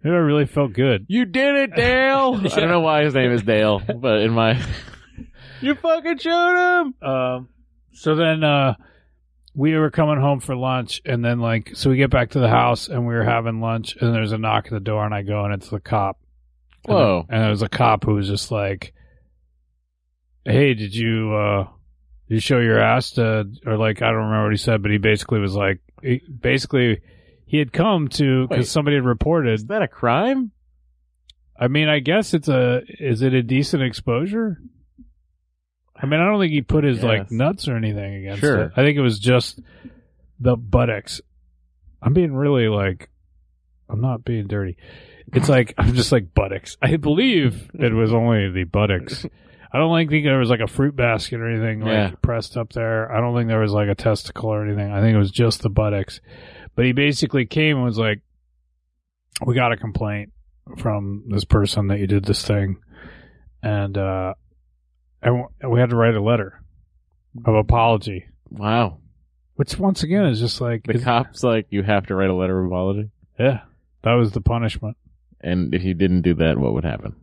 C: maybe i really felt good
B: You did it, Dale. I don't know why his name is Dale, but in my you fucking showed him.
C: Um, so then uh, we were coming home for lunch, and then like, so we get back to the house, and we were having lunch, and there's a knock at the door, and I go, and it's the cop. And
B: Whoa.
C: there- And there was a cop who was just like, "Hey, did you uh, you show your ass to?" Or like, I don't remember what he said, but he basically was like, he, basically, he had come to
B: Wait.
C: because somebody had reported.
B: Is that a crime?
C: I mean, I guess it's a. Is it a decent exposure? I mean, I don't think he put his like
B: Yes.
C: nuts or anything against
B: Sure.
C: it. I think it was just the buttocks. I'm being really like, I'm not being dirty. It's like I'm just like buttocks. I believe it was only the buttocks. I don't like think there was like a fruit basket or anything like
B: Yeah.
C: pressed up there. I don't think there was like a testicle or anything. I think it was just the buttocks. But he basically came and was like, "We got a complaint from this person that you did this thing, and uh, and we had to write a letter of apology."
B: Wow.
C: Which once again is just like,
B: The
C: is-
B: cops like you have to write a letter of apology,
C: yeah, that was the punishment.
B: and if you didn't do that, what would happen?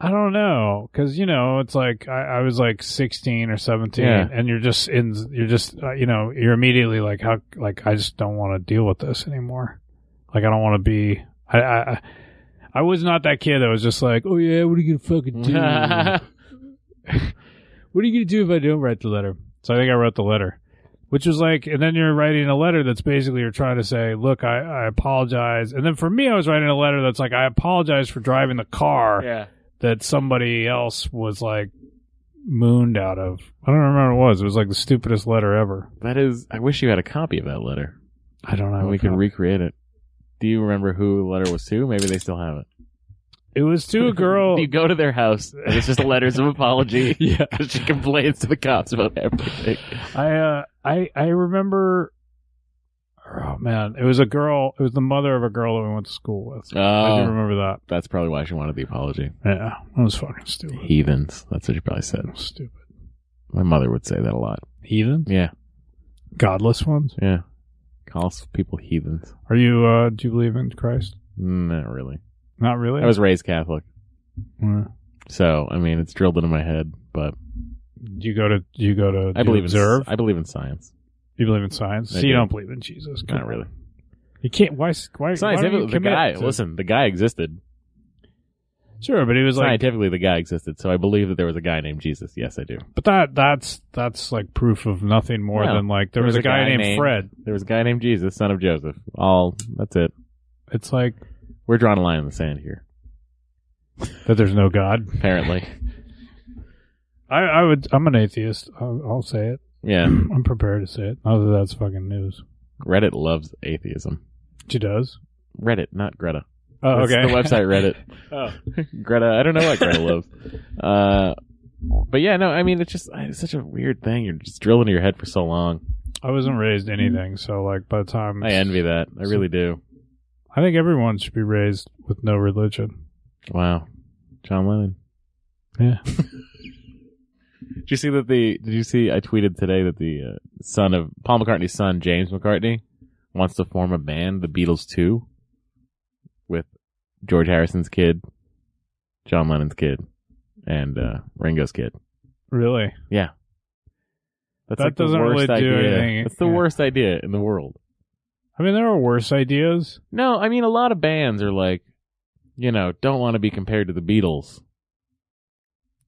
C: I don't know, because you know, it's like I, I was like sixteen or seventeen,
B: Yeah.
C: and you're just in, you're just, uh, you know, you're immediately like, how, like I just don't want to deal with this anymore. Like I don't want to be, I, I, I- I was not that kid that was just like, oh yeah, what are you gonna fucking do? what are you gonna do if I don't write the letter? So I think I wrote the letter, which was like, and then you're writing a letter that's basically you're trying to say, look, I, I apologize, and then for me, I was writing a letter that's like, I apologize for driving the car
B: yeah.
C: that somebody else was like mooned out of. I don't remember what it was. It was like the stupidest letter ever.
B: That is. I wish you had a copy of that letter.
C: I don't know.
B: and we could recreate it. Do you remember who the letter was to? Maybe they still have it.
C: it was to a girl.
B: you go to their house, and it's just letters of apology.
C: yeah,
B: Because she complains to the cops about everything.
C: I uh, I I remember. Oh man, it was a girl. It was the mother of a girl that we went to school with. I do
B: Oh,
C: remember that.
B: that's probably why she wanted the apology.
C: Yeah, it was fucking stupid.
B: Heathens. That's what she probably said.
C: Stupid
B: My mother would say that a lot.
C: heathen,
B: Yeah,
C: godless ones.
B: yeah. Calls people heathens.
C: Are you? uh Do you believe in Christ?
B: Not really.
C: Not really.
B: I was raised Catholic,
C: Yeah.
B: so I mean it's drilled into my head. But
C: Do you go to? Do you go to? do
B: I
C: you
B: believe
C: observe.
B: In, I believe in science.
C: Do you believe in science?
B: I
C: so you
B: do.
C: don't believe in Jesus? Come
B: Not
C: on.
B: really.
C: You can't. Why? Why? why don't
B: Scientifically,
C: you
B: the
C: commit
B: guy.
C: to-
B: Listen, the guy existed.
C: Sure, but he was like,
B: Scientifically, the guy existed. So I believe that there was a guy named Jesus. Yes, I do.
C: but that that's that's like proof of nothing more
B: No.
C: than like there, was, a guy, named, Fred.
B: There was a guy named Jesus, son of Joseph. All that's it.
C: It's like
B: We're drawing a line in the sand here.
C: that. There's no God.
B: Apparently,
C: I, I would. I'm an atheist. I'll, I'll say it.
B: yeah.
C: I'm prepared to say it. Not that that's fucking news.
B: Reddit loves atheism.
C: She does.
B: Reddit, not Greta.
C: Oh,
B: That's
C: okay.
B: the website Reddit.
C: oh.
B: Greta. I don't know what Greta loves. Uh, but yeah, no, I mean, it's just it's such a weird thing. You're just drilled into your head for so long.
C: I wasn't raised anything, so like by the time
B: I envy that. I really do.
C: I think everyone should be raised with no religion.
B: Wow, John Lennon.
C: Yeah.
B: Did you see that the? Did you see? I tweeted today that the uh, son of Paul McCartney's son, James McCartney, wants to form a band, the Beatles Two, with George Harrison's kid, John Lennon's kid, and uh, Ringo's kid.
C: Really?
B: That's
C: That
B: like
C: doesn't
B: the
C: really
B: worst
C: do
B: idea.
C: anything.
B: That's the
C: Yeah.
B: worst idea in the world.
C: I mean, there are worse ideas.
B: No, I mean a lot of bands are like, you know, don't want to be compared to the Beatles,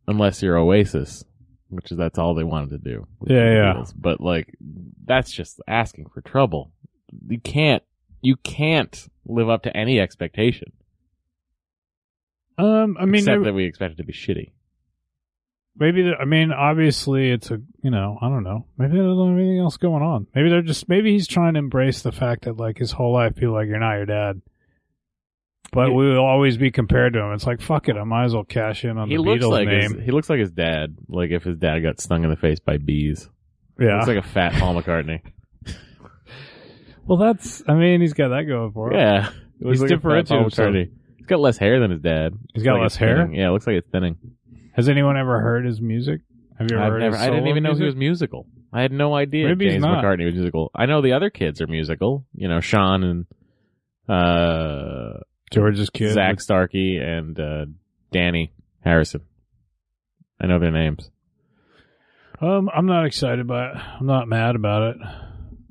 B: unless you're Oasis, which is that's all they wanted to do. was be
C: Yeah,
B: the
C: yeah.
B: Beatles. But like, that's just asking for trouble. You can't, you can't live up to any expectation.
C: Um, I mean,
B: except
C: there-
B: that we expect it to be shitty.
C: Maybe th- I mean, obviously, it's a you know, I don't know. Maybe they don't have anything else going on. Maybe they're just maybe he's trying to embrace the fact that like his whole life people are like you're not your dad. But
B: He-
C: we will always be compared to him. It's like fuck it, I might as well cash in on
B: He
C: the
B: looks
C: Beatles
B: like his,
C: name.
B: he looks like his dad. Like if his dad got stung in the face by bees. He
C: yeah.
B: looks like a fat Paul McCartney.
C: well, that's I mean, he's got that going for him.
B: yeah, He looks
C: He's
B: like a fat
C: different to
B: Paul
C: himself.
B: McCartney. He's got less hair than his dad.
C: He's got
B: Like
C: less
B: it's
C: hair?
B: thinning. Yeah, it looks like it's thinning.
C: Has anyone ever heard his music? Have you ever
B: I've
C: heard
B: never,
C: his
B: I didn't
C: solo
B: even know he
C: music?
B: was musical. I had no idea
C: Maybe he's
B: James
C: not.
B: McCartney was musical. I know the other kids are musical. You know, Sean and uh,
C: George's kid.
B: Zach Starkey and uh, Danny Harrison. I know their names.
C: Um, I'm not excited about it. I'm not mad about it.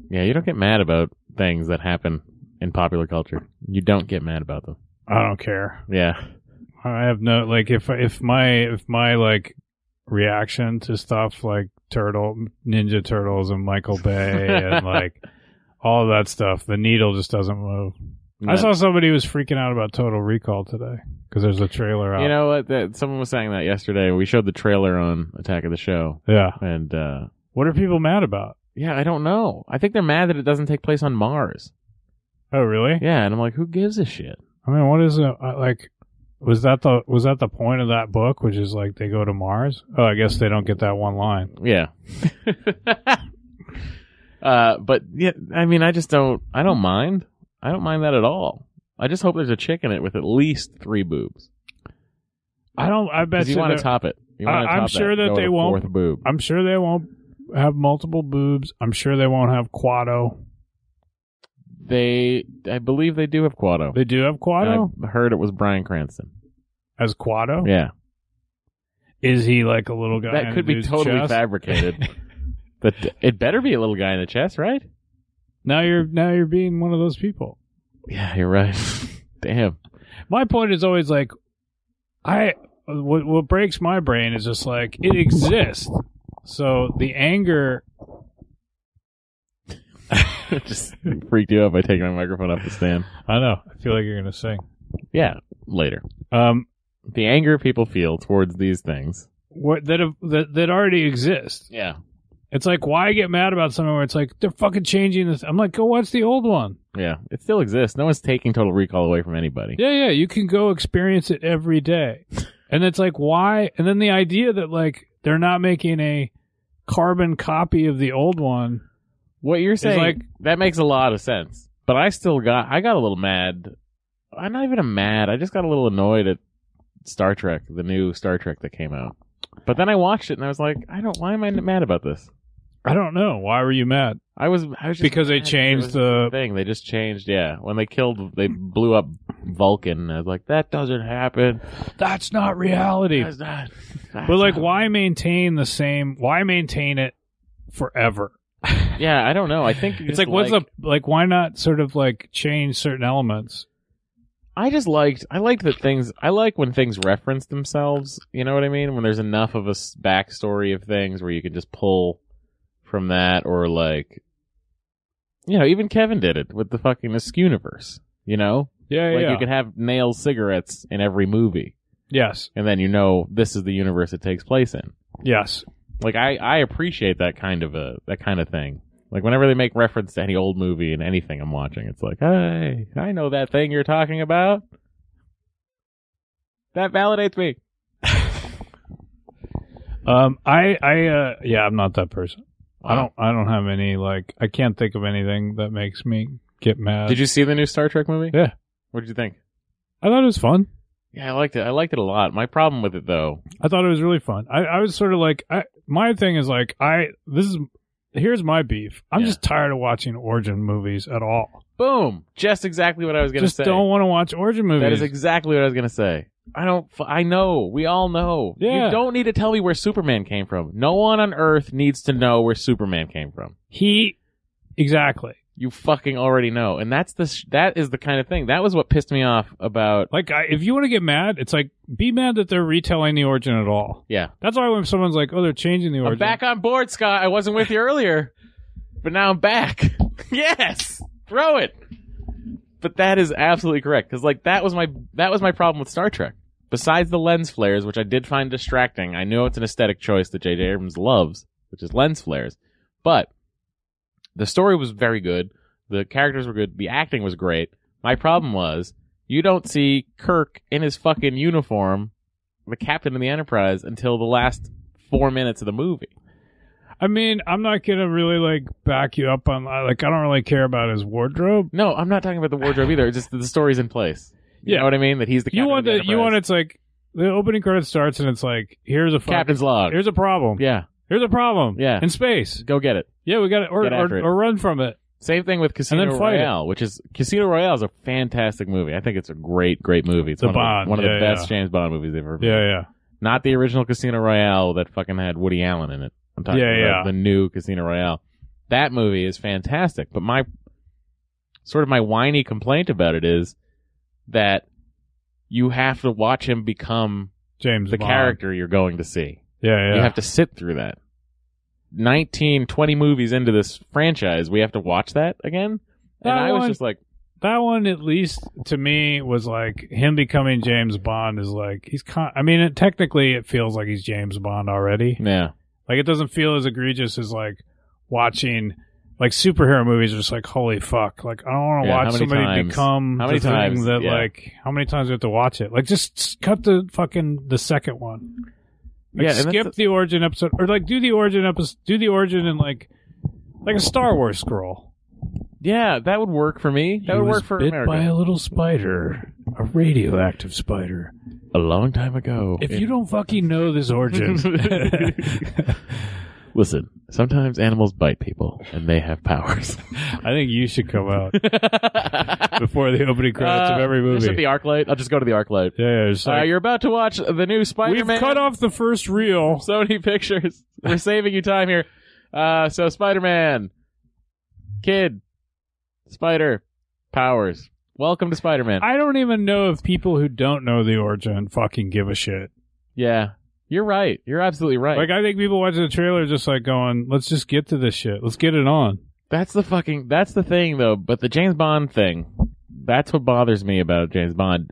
B: Yeah, you don't get mad about things that happen in popular culture. You don't get mad about them.
C: I don't care.
B: Yeah.
C: I have no like if if my if my like reaction to stuff like turtle ninja turtles and Michael Bay and like all that stuff, the needle just doesn't move. I
B: Not-
C: saw somebody was freaking out about Total Recall today because there's a trailer out.
B: you know what? That, someone was saying that yesterday. We showed the trailer on Attack of the Show,
C: yeah.
B: and uh,
C: What are people mad about?
B: yeah, I don't know. I think they're mad that it doesn't take place on Mars.
C: Oh, really?
B: Yeah, and I'm like, who gives a shit?
C: I mean, what is it I- like? Was that the was that the point of that book, which is like they go to Mars? Oh, I guess they don't get that one line.
B: Yeah. uh, but yeah, I mean, I just don't. I don't mind. I don't mind that at all. I just hope there's a chick in it with at least three boobs.
C: I don't. I
B: 'Cause
C: bet
B: you
C: you
B: want
C: there-
B: to top it. You
C: I-
B: wanna
C: I'm
B: top
C: sure that
B: Go with
C: they
B: a
C: won't-
B: Fourth boob.
C: I'm sure they won't have multiple boobs. I'm sure they won't have quado.
B: They, I believe they do have Quado.
C: They do have quado
B: I heard it was Brian Cranston.
C: as quado.
B: Yeah,
C: Is he like a little guy? in
B: that
C: a
B: could be
C: dude's
B: totally
C: chest?
B: fabricated. but it better be a little guy in the chest, right?
C: Now you're now you're being one of those people.
B: Yeah, you're right. Damn.
C: My point is always like, I what what breaks my brain is just like it exists. So the anger
B: Just freaked you out by taking my microphone off the stand.
C: I know. I feel like you're gonna sing.
B: Yeah, later.
C: Um,
B: The anger people feel towards these things.
C: what that have, that that already exist.
B: Yeah.
C: It's like why get mad about something where it's like they're fucking changing this. I'm like, go watch the old one.
B: Yeah. It still exists. No one's taking total recall away from anybody.
C: Yeah, yeah, you can go experience it every day, and it's like why? And then the idea that like they're not making a carbon copy of the old one.
B: What you're saying
C: like-
B: that makes a lot of sense. But I still got I got a little mad. I'm not even a mad. I just got a little annoyed at Star Trek, the new Star Trek that came out. But then I watched it and I was like, I don't why am I mad about this?
C: I don't know. Why were you mad?
B: I was I was just
C: Because they
B: mad that it
C: changed
B: was
C: the-
B: thing. They just changed, yeah. When they killed they blew up Vulcan and I was like, that doesn't happen.
C: That's not reality.
B: That's not- that's
C: But like,
B: not-
C: why maintain the same? Why maintain it forever?
B: Yeah, I don't know. I think
C: It's like, what's the like? Why not sort of like change certain elements?
B: I just liked I liked that things I like when things reference themselves. You know what I mean? When there's enough of a s- backstory of things where you can just pull from that, or like, you know, even Kevin did it with the fucking Askewniverse. You know,
C: Yeah,
B: like you can have nail cigarettes in every movie,
C: yes,
B: and then you know this is the universe it takes place in.
C: yes.
B: Like I I appreciate that kind of a that kind of thing. Like whenever they make reference to any old movie and anything I'm watching, it's like, hey, I know that thing you're talking about. That validates me.
C: Um, I, I, uh, yeah, I'm not that person. I
B: Wow.
C: don't, I don't have any like. I can't think of anything that makes me get mad.
B: Did you see the new Star Trek movie?
C: Yeah.
B: What did you think?
C: I thought it was fun.
B: Yeah, I liked it. I liked it a lot. My problem with it though,
C: I thought it was really fun. I, I was sort of like, I, my thing is like, I this is here's my beef. I'm
B: Yeah.
C: just tired of watching origin movies at all.
B: boom, just exactly what I was gonna
C: Just
B: say.
C: don't want to watch origin movies.
B: That is exactly what I was gonna say. I don't. f- I know. We all know.
C: Yeah.
B: You don't need to tell me where Superman came from. No one on Earth needs to know where Superman came from.
C: he exactly
B: you fucking already know and that's the sh- that is the kind of thing that was what pissed me off about
C: like I, if you want to get mad, it's like be mad that they're retelling the origin at all.
B: yeah
C: That's why when someone's like, oh, they're changing the origin.
B: i'm back on board scott i wasn't with you earlier but now i'm back yes throw it but that is absolutely correct because like that was my that was my problem with star trek Besides the lens flares, which I did find distracting, I know it's an aesthetic choice that J.J. Abrams loves, which is lens flares. But the story was very good. The characters were good. The acting was great. My problem was you don't see Kirk in his fucking uniform, the captain of the Enterprise, until the last four minutes of the movie.
C: I mean, I'm not gonna really like back you up on like I don't really care about his wardrobe.
B: No, I'm not talking about the wardrobe either. It's just that the story's in place. You
C: Yeah.
B: know what I mean? That he's the captain.
C: you want
B: of the,
C: the, you want it's like the opening credit starts and it's like here's a
B: Enterprise.
C: fuck-
B: captain's log.
C: here's a problem
B: Yeah,
C: here's a problem
B: Yeah.
C: in space
B: go get it.
C: yeah we got to or,
B: Get after
C: or,
B: it.
C: or run from it
B: Same thing with Casino
C: then fight it.
B: Royale, which is Casino Royale is a fantastic movie. I think it's a great, great movie. It's
C: The
B: one of
C: Bond,
B: the, one of the
C: yeah,
B: best James Bond movies they've ever. made.
C: yeah yeah
B: Not the original Casino Royale that fucking had Woody Allen in it. I'm talking
C: Yeah,
B: about
C: yeah.
B: the new Casino Royale. That movie is fantastic, but my sort of my whiny complaint about it is that you have to watch him become
C: James
B: the
C: Bond.
B: character you're going to see.
C: yeah yeah
B: You have to sit through that. 19, 20 movies into this franchise, we have to watch that again? And
C: That
B: I was
C: one-
B: just like,
C: that one at least to me was like him becoming James Bond is like he's con- I mean it, technically it feels like he's James Bond already
B: yeah.
C: like it doesn't feel as egregious as like watching like superhero movies are just like holy fuck like I don't want to
B: Yeah, how
C: watch
B: many
C: somebody
B: times?
C: become
B: How many
C: the thing
B: times?
C: that
B: Yeah.
C: like how many times do we have to watch it like just s- cut the fucking the second one like
B: Yeah, and that's
C: skip the origin episode or like do the origin episode do the origin and like like a Star Wars scroll
B: Yeah, that would work for me. That would work for America.
C: little spider, a radioactive spider.
B: a long time ago.
C: If you don't fucking know this origin,
B: Listen, sometimes animals bite people and they have powers.
C: I think you should come out
B: Credits
C: before the opening credits
B: Uh,
C: of every movie.
B: the arc light. I'll just go to the arc light.
C: yeah, yeah, it's
B: Uh,
C: like,
B: you're about to watch the new
C: we've
B: Spider-Man.
C: cut off the first reel.
B: Sony Pictures. We're saving you time here. Uh, so Spider Man, kid, spider powers. Welcome to Spider Man.
C: I don't even know if people who don't know the origin fucking give a shit.
B: Yeah, you're right. You're absolutely right.
C: Like, I think people watching the trailer are just like going, "Let's just get to this shit. Let's get it on."
B: that's the fucking. That's the thing though. But the James Bond thing. That's what bothers me about James Bond.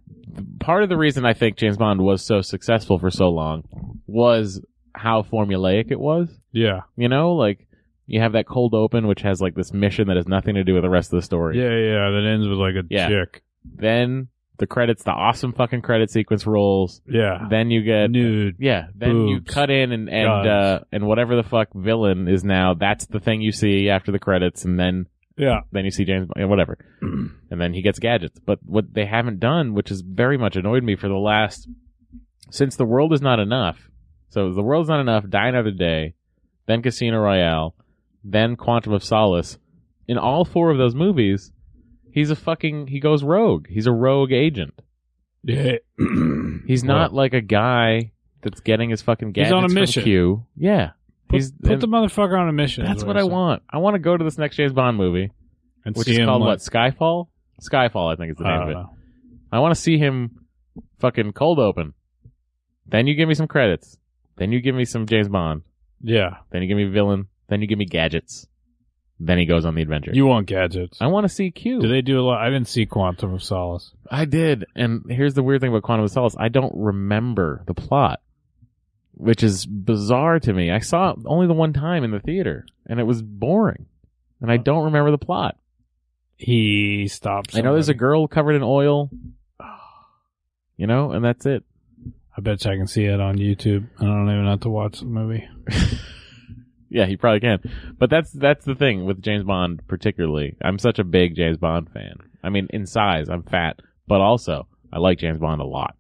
B: Part of the reason I think James Bond was so successful for so long was how formulaic it was.
C: Yeah,
B: You know, like you have that cold open, which has like this mission that has nothing to do with the rest of the story.
C: yeah, yeah. That ends with like a
B: Yeah.
C: chick.
B: then the credits, the awesome fucking credit sequence rolls.
C: Yeah,
B: Then you get
C: nude.
B: yeah. Then you
C: Boobs.
B: cut in and and
C: Guns.
B: uh, and whatever the fuck villain is now. That's the thing you see after the credits, and then
C: Yeah,
B: then you see James Bond, whatever, and then he gets gadgets. But what they haven't done, which has very much annoyed me for the last since the world is not enough. So the world is not enough. Die another day. Then Casino Royale. Then Quantum of Solace. In all four of those movies, he's a fucking he goes rogue. He's a rogue agent.
C: yeah.
B: He's not like a guy that's getting his fucking gadgets
C: He's on a
B: from
C: mission.
B: Q. Yeah,
C: Put,
B: he's
C: put
B: and
C: the motherfucker on a mission. is
B: that's what I
C: I'm saying.
B: want. I want to go to this next James Bond movie,
C: And
B: which
C: see
B: is
C: him,
B: called
C: like- uh,
B: what? Skyfall. Skyfall, I think is the
C: I
B: name of
C: don't
B: it.
C: know.
B: I want to see him fucking cold open. Then you give me some credits. Then you give me some James Bond.
C: Yeah,
B: Then you give me villain. Then you give me gadgets. Then he goes on the adventure.
C: you want gadgets?
B: I want to see Q.
C: Do they do a lot? I didn't see Quantum of Solace.
B: I did, and here's the weird thing about Quantum of Solace: I don't remember the plot, which is bizarre to me. I saw it only the one time in the theater, and it was boring, and I don't remember the plot.
C: He stops.
B: I know there's a
C: somebody.
B: girl covered in oil, you know, and that's it.
C: I bet you I can see it on YouTube. I don't even have to watch the movie.
B: Yeah, he probably can, but that's that's the thing with James Bond, particularly. I'm such a big James Bond fan. I mean, in size, I'm fat, but also I like James Bond a lot.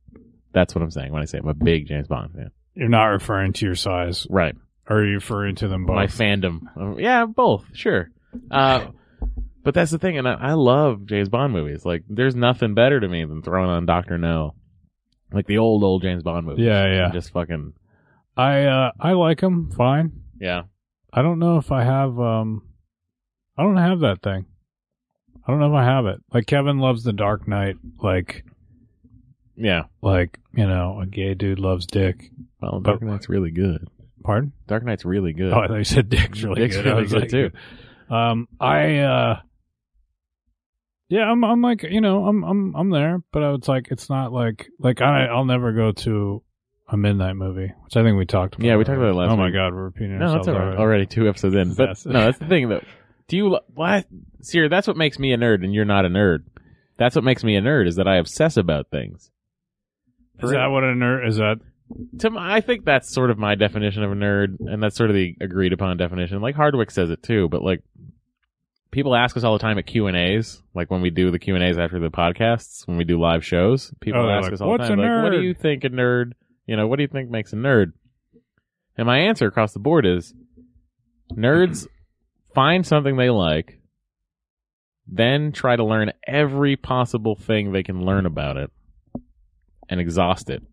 B: That's what I'm saying when I say I'm a big James Bond fan.
C: You're not referring to your size,
B: Right.
C: or are you referring to them both?
B: my fandom. Um, yeah, both, sure. Uh, but that's the thing, and I, I love James Bond movies. Like, there's nothing better to me than throwing on Doctor No, like the old old James Bond movies.
C: Yeah,
B: And
C: yeah.
B: just fucking
C: I uh, I like him fine.
B: yeah.
C: I don't know if I have um, I don't have that thing. I don't know if I have it. Like Kevin loves The Dark Knight. Like
B: Yeah,
C: like you know a gay dude loves dick.
B: well, Dark Knight's really good.
C: Pardon?
B: Dark Knight's really good.
C: Oh, I thought you said Dick's really
B: Dick's
C: good. um, I
B: really
C: was
B: good
C: like,
B: too.
C: Um, I uh, Yeah, I'm I'm like you know I'm I'm I'm there, but I was like it's not like like I I'll never go to a midnight movie, which I think we talked about.
B: Yeah, we talked about it last
C: Oh my
B: week.
C: god, we're repeating
B: No,
C: ourselves
B: that's all right.
C: already.
B: Already two episodes in, but
C: Yes.
B: no, that's the thing though. Do you why, Sierra? That's what makes me a nerd, and you're not a nerd. That's what makes me a nerd is that I obsess about things.
C: Is that what a nerd is that?
B: To my, I think that's sort of my definition of a nerd, and that's sort of the agreed upon definition. Like Hardwick says it too, but like people ask us all the time at Q and A's, like when we do the Q and A's after the podcasts, when we do live shows, people
C: Oh, they're
B: ask
C: like,
B: us all the
C: "What's
B: time,
C: a
B: like, what do
C: nerd?"
B: you think a nerd? You know, what do you think makes a nerd? And my answer across the board is nerds find something they like, then try to learn every possible thing they can learn about it and exhaust it.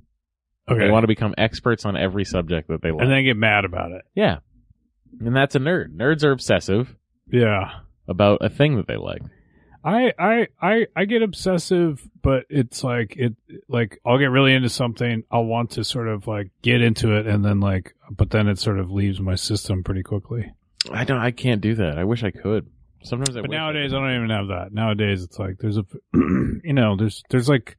C: Okay,
B: They want to become experts on every subject that they like.
C: and then get mad about it.
B: yeah. And that's a nerd. Nerds are obsessive
C: Yeah,
B: about a thing that they like.
C: I I I I get obsessive, but it's like it like I'll get really into something. I'll want to sort of like get into it, and then like, but then it sort of leaves my system pretty quickly.
B: I don't I can't do that. I wish I could. Sometimes I
C: But
B: wish I
C: nowadays,
B: could.
C: I don't even have that. Nowadays, it's like there's a you know there's there's like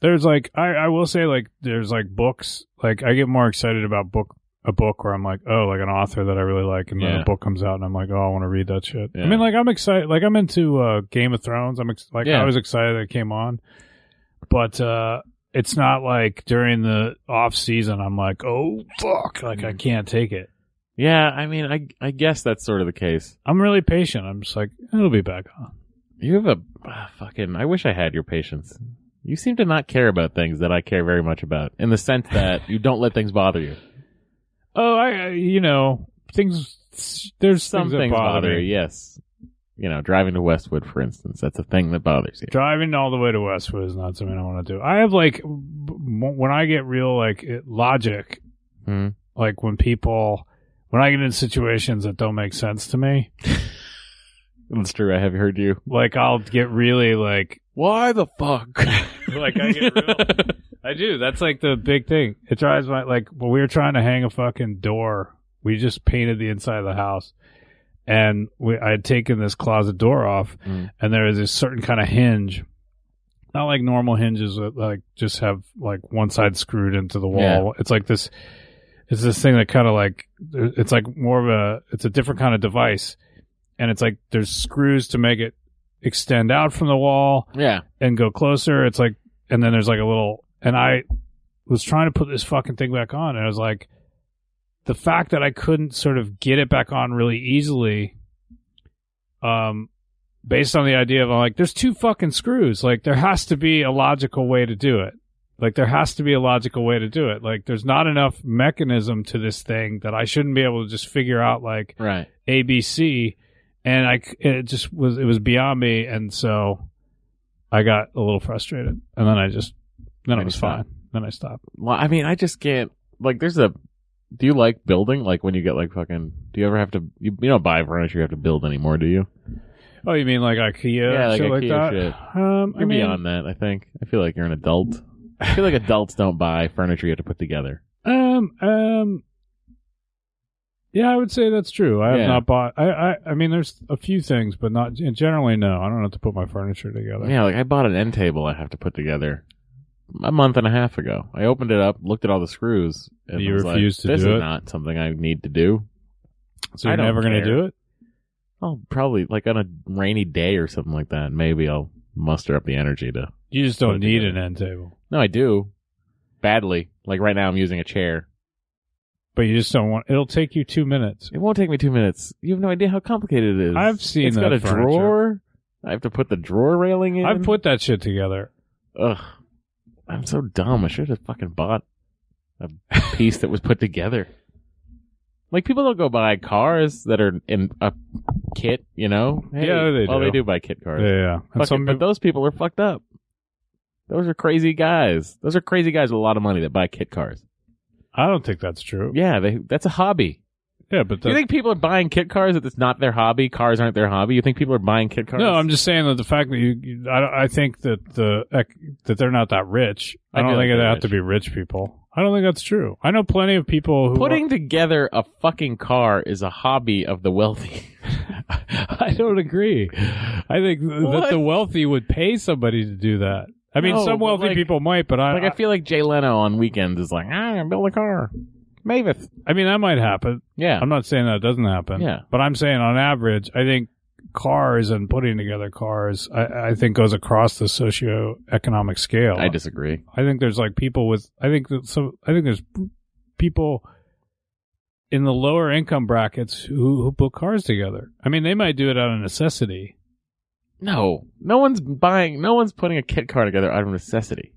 C: there's like I I will say like there's like books like I get more excited about book a book where I'm like oh like an author that I really like and then
B: Yeah.
C: a book comes out and I'm like oh I want to read that shit. I
B: Yeah.
C: mean like I'm excited like I'm into uh Game of Thrones. I'm ex- like
B: Yeah.
C: I was excited that it came on, but uh it's not like during the off season I'm like oh fuck like I
B: Mm.
C: can't take it.
B: Yeah, I mean I I guess that's sort of the case.
C: I'm really patient. I'm just like it'll be back on.
B: You have a ah, fucking I wish I had your patience. You seem to not care about things that I care very much about in the sense that you don't let things bother you.
C: Oh, I I- you know things. There's
B: Some things, bother, you, yes. You know, driving to Westwood for instance, that's a thing that bothers you.
C: Driving all the way to Westwood is not something I want to do. I have like b- when I get real like it, logic,
B: Hmm.
C: like when people when I get in situations that don't make sense to me,
B: That's true. I have heard you.
C: like I'll get really like
B: Why the fuck?
C: like I get real. I do. That's like the big thing. It drives my like when we were trying to hang a fucking door. We just painted the inside of the house, and we I had taken this closet door off,
B: Mm.
C: and there is a certain kind of hinge, not like normal hinges that like just have like one side screwed into the wall. It's like this. It's this thing that kind of like it's like more of a it's a different kind of device, and it's like there's screws to make it extend out from the wall
B: yeah.
C: and go closer. It's like, and then there's like a little, and I was trying to put this fucking thing back on, and I was like, the fact that I couldn't sort of get it back on really easily, um, based on the idea of I'm like, there's two fucking screws. Like, there has to be a logical way to do it. Like, there has to be a logical way to do it. Like, there's not enough mechanism to this thing that I shouldn't be able to just figure out, like,
B: Right.
C: ABC, and I c- it just was it was beyond me, and so I got a little frustrated, and then I just then
B: Then
C: it was
B: you stopped.
C: fine. Then I stopped.
B: Well, I mean, I just can't. Like, there's a. Do you like building? Like when you get like fucking. Do you ever have to? You, you don't buy furniture. You have to build anymore, do you?
C: Oh, you mean like IKEA?
B: Yeah,
C: and
B: like
C: shit
B: IKEA
C: like that.
B: shit.
C: Um,
B: You're
C: I mean,
B: beyond that. I think. I feel like you're an adult. I feel like adults don't buy furniture you have to put together.
C: um, um, yeah, I would say that's true. I
B: Yeah.
C: have not bought. I, I, I mean, there's a few things, but not generally. No, I don't have to put my furniture together.
B: Yeah, like I bought an end table. I have to put together a month and a half ago. I opened it up, looked at all the screws, and
C: You
B: was like,
C: refused to
B: this
C: do
B: is
C: it?
B: not something I need to do.
C: so
B: I
C: you're
B: don't
C: never gonna
B: care.
C: do it.
B: I'll probably like on a rainy day or something like that. Maybe I'll muster up the energy to
C: You just
B: Put it
C: don't need
B: together.
C: an end table,
B: No, I do. Badly. Like right now, I'm using a chair.
C: but you just don't want. It'll take you two minutes.
B: It won't take me two minutes. You have no idea how complicated it is.
C: I've seen
B: It's got
C: that
B: a
C: furniture.
B: drawer. I have to put the drawer railing in.
C: I've put that shit together.
B: Ugh. I'm so dumb. I should have fucking bought a piece that was put together. Like people don't go buy cars that are in a kit, you know? Hey,
C: Yeah, they
B: Well,
C: do.
B: they do buy kit cars.
C: Yeah, yeah. And
B: Fuck
C: some
B: it, but
C: people-
B: those people are fucked up. Those are crazy guys. Those are crazy guys with a lot of money that buy kit cars.
C: I don't think that's true.
B: Yeah, they, that's a hobby.
C: Yeah, but
B: Do
C: the,
B: you think people are buying kit cars that it's not their hobby? Cars aren't their hobby. You think people are buying kit cars?
C: no, I'm just saying that the fact that you, you- I, don't- I think that the ec- that they're not that rich. I,
B: I
C: don't
B: do
C: think
B: think
C: it
B: they're
C: have to
B: rich.
C: be rich people. I don't think that's true. I know plenty of people who
B: putting together a fucking car is a hobby of the wealthy.
C: I don't agree. I think that
B: What?
C: the wealthy would pay somebody to do that. I mean,
B: No,
C: some
B: but
C: wealthy
B: like-
C: people might, but I,
B: like I feel like Jay Leno on weekends is like, ah, I'm build a car, Mavis.
C: I, mean, that might happen.
B: Yeah,
C: I'm not saying that doesn't happen.
B: Yeah.
C: But I'm saying on average, I think cars and putting together cars, I, I think goes across the socioeconomic scale.
B: I disagree.
C: I think there's like people with I think that some I think there's people in the lower income brackets who who put cars together. I mean, they might do it out of necessity.
B: No, no one's buying. No one's putting a kit car together out of necessity.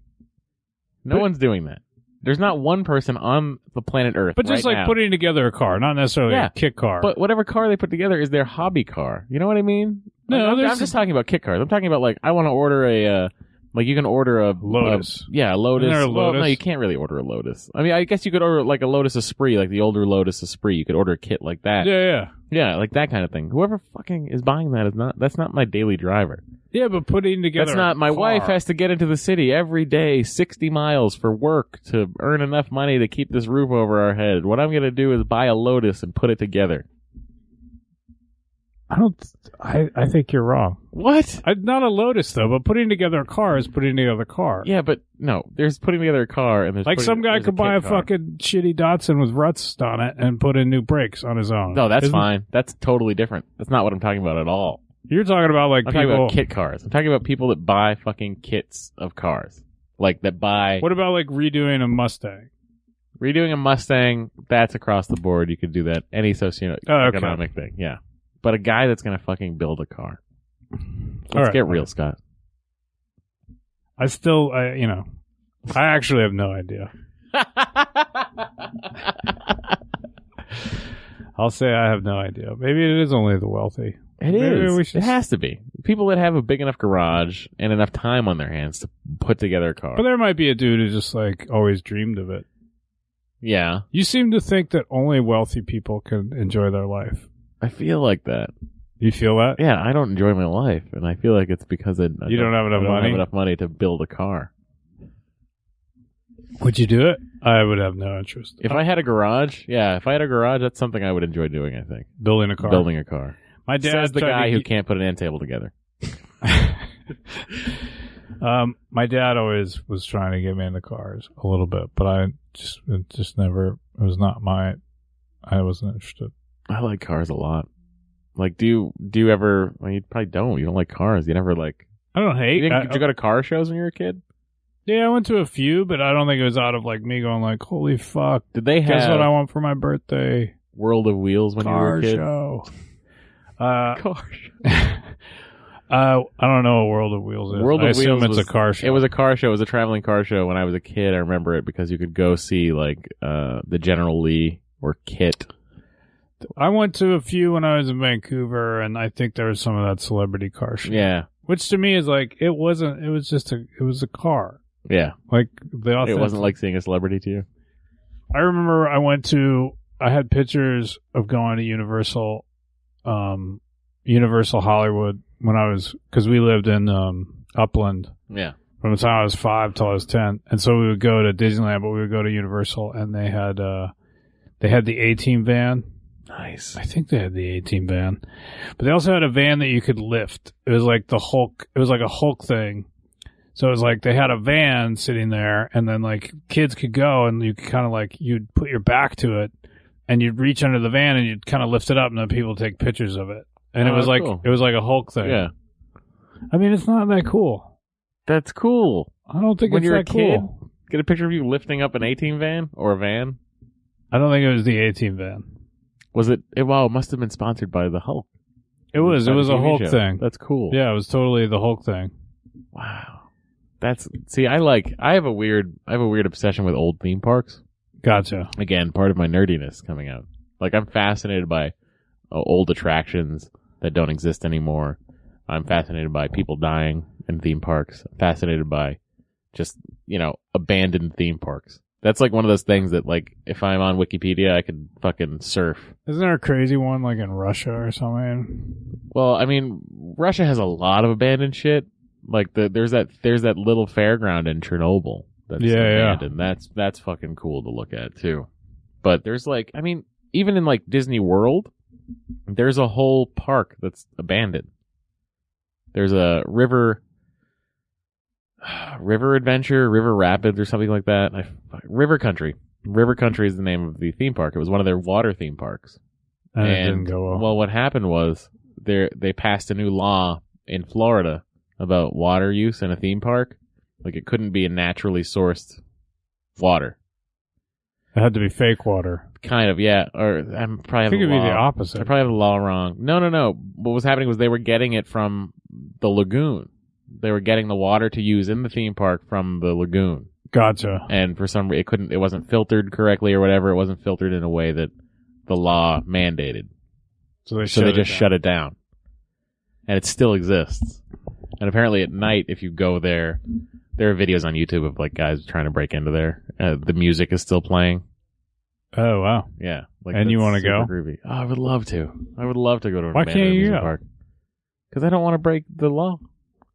B: No
C: But-
B: one's doing that. There's not one person on the planet Earth.
C: But just
B: right
C: like
B: now.
C: putting together a car, not necessarily
B: Yeah.
C: a kit car.
B: But whatever car they put together is their hobby car. You know what I mean?
C: No,
B: Like, I'm,
C: there's-
B: I'm just talking about kit cars. I'm talking about like I want to order a uh, like you can order a
C: Lotus.
B: a- yeah, a Lotus.
C: Isn't there a
B: Well, no,
C: Lotus?
B: you can't really order a Lotus. I mean, I guess you could order like a Lotus Esprit, like the older Lotus Esprit. You could order a kit like that.
C: yeah, yeah.
B: Yeah, like that kind of thing. Whoever fucking is buying that is not. That's not my daily driver.
C: Yeah, but putting together
B: That's not
C: a
B: my
C: car-
B: wife has to get into the city every day, 60 miles for work to earn enough money to keep this roof over our head. What I'm going to do is buy a Lotus and put it together.
C: I don't I, I think you're wrong.
B: What?
C: I, not a Lotus though, but putting together a car is putting together a car.
B: Yeah, but no, there's putting together a car and there's
C: Like
B: putting-
C: some guy
B: there's
C: could buy a
B: kit car.
C: fucking shitty Datsun with rusts on it and put in new brakes on his own.
B: No, that's
C: Isn't-
B: fine. That's totally different. That's not what I'm talking about at all.
C: You're talking about like
B: I'm talking
C: people
B: about kit cars. I'm talking about people that buy fucking kits of cars. Like that buy
C: What about like redoing a Mustang?
B: redoing a Mustang, that's across the board. You could do that. Any socioeconomic
C: Oh, okay.
B: thing. Yeah. But a guy that's going to fucking build a car. Let's
C: All right.
B: get real, Scott.
C: I still, I, you know, I actually have no idea. I'll say I have no idea. Maybe it is only the wealthy.
B: It
C: Maybe
B: is.
C: we should-
B: It has to be. People that have a big enough garage and enough time on their hands to put together a car.
C: But there might be a dude who just like always dreamed of it.
B: yeah.
C: You seem to think that only wealthy people can enjoy their life.
B: I feel like that.
C: You feel that?
B: Yeah, I don't enjoy my life, and I feel like it's because I, I
C: You don't have enough
B: I don't
C: money?
B: Have enough money to build a car.
C: Would you do it? I would have no interest.
B: If I had a garage, yeah, if I had a garage, that's something I would enjoy doing. I think
C: building a car,
B: building a car.
C: my dad
B: Says the
C: tried to
B: guy who
C: ge-
B: can't put an end table together.
C: um, my dad always was trying to get me into cars a little bit, but I just it just never. It was not my. I wasn't interested.
B: I like cars a lot. Like, do you do you ever? Well, you probably don't. You don't like cars. You never like.
C: I don't hate.
B: You didn't,
C: I-
B: did you go to car shows when you were a kid?
C: yeah, I went to a few, but I don't think it was out of like me going like, "Holy fuck,
B: Did they have
C: guess what I want for my birthday
B: World of Wheels when
C: car
B: you were
C: show." Uh,
B: a kid? Car show.
C: uh, I don't know what World of Wheels is.
B: World
C: I
B: of
C: assume
B: Wheels
C: it's
B: was-
C: a car show.
B: It was a car show. It was a traveling car show when I was a kid. I remember it because you could go see like uh, the General Lee or Kit.
C: I went to a few when I was in Vancouver, and I think there was some of that celebrity car show,
B: Yeah,
C: which to me is like it wasn't. It was just a. It was a car.
B: yeah.
C: Like the authentic,
B: It wasn't like seeing a celebrity to you.
C: I remember I went to I had pictures of going to Universal um Universal Hollywood when I was cuz we lived in um Upland
B: Yeah,
C: from the time I was 5 till I was 10 and so we would go to Disneyland but we would go to Universal and they had uh they had the A-team van
B: nice.
C: I think they had the A-team van but they also had a van that you could lift it was like the Hulk it was like a Hulk thing so it was like they had a van sitting there, and then like kids could go, and you could kind of like you'd put your back to it, and you'd reach under the van, and you'd kind of lift it up, and then people would take pictures of it. And it
B: Oh,
C: was like
B: cool.
C: it was like a Hulk thing.
B: Yeah,
C: I mean, it's not that cool.
B: that's cool.
C: I don't think
B: When
C: it's
B: you're a
C: that cool.
B: kid? Get a picture of you lifting up an 18 van or a van.
C: I don't think it was the A team van.
B: Was it? it wow, it must have been sponsored by the Hulk.
C: It was it
B: By the
C: was a
B: TV
C: Hulk
B: show.
C: thing.
B: That's cool.
C: Yeah, it was totally the Hulk thing.
B: Wow. That's see, I like. I have a weird. I have a weird obsession with old theme parks.
C: Gotcha.
B: again part of my nerdiness coming out. Like I'm fascinated by uh, old attractions that don't exist anymore. I'm fascinated by people dying in theme parks. I'm fascinated by just you know abandoned theme parks. That's like one of those things that like if I'm on Wikipedia, I could fucking surf.
C: Isn't there a crazy one like in Russia or something?
B: Well, I mean, Russia has a lot of abandoned shit. Like the, there's that there's that little fairground in Chernobyl that's
C: Yeah, yeah.
B: abandoned. That's that's fucking cool to look at too. But there's like I mean, even in like Disney World, there's a whole park that's abandoned. There's a river River Adventure, River Rapids or something like that. I, river Country. River Country is the name of the theme park. It was one of their water theme parks
C: And, it didn't go well.
B: what happened was they they passed a new law in Florida about water use in a theme park. Like it couldn't be a naturally sourced water.
C: It had to be fake water.
B: Kind of, yeah. Or I'm probably
C: I
B: have
C: think it'd
B: the
C: be the
B: law- I
C: opposite.
B: probably have the law wrong. No, no, no. What was happening was they were getting it from the lagoon. They were getting the water to use in the theme park from the lagoon.
C: Gotcha.
B: and for some reason it couldn't it wasn't filtered correctly or whatever it wasn't filtered in a way that the law mandated
C: So they,
B: so
C: shut
B: they
C: it
B: just
C: down.
B: shut it down and it still exists and apparently at night if you go there there are videos on youtube of like guys trying to break into there uh, the music is still playing
C: Oh wow.
B: yeah like
C: And you
B: that's
C: wanna
B: super
C: go?
B: groovy. Oh, i would love to i would love to go to an
C: Why
B: abandoned
C: can't you
B: music
C: go?
B: park because i don't want to break the law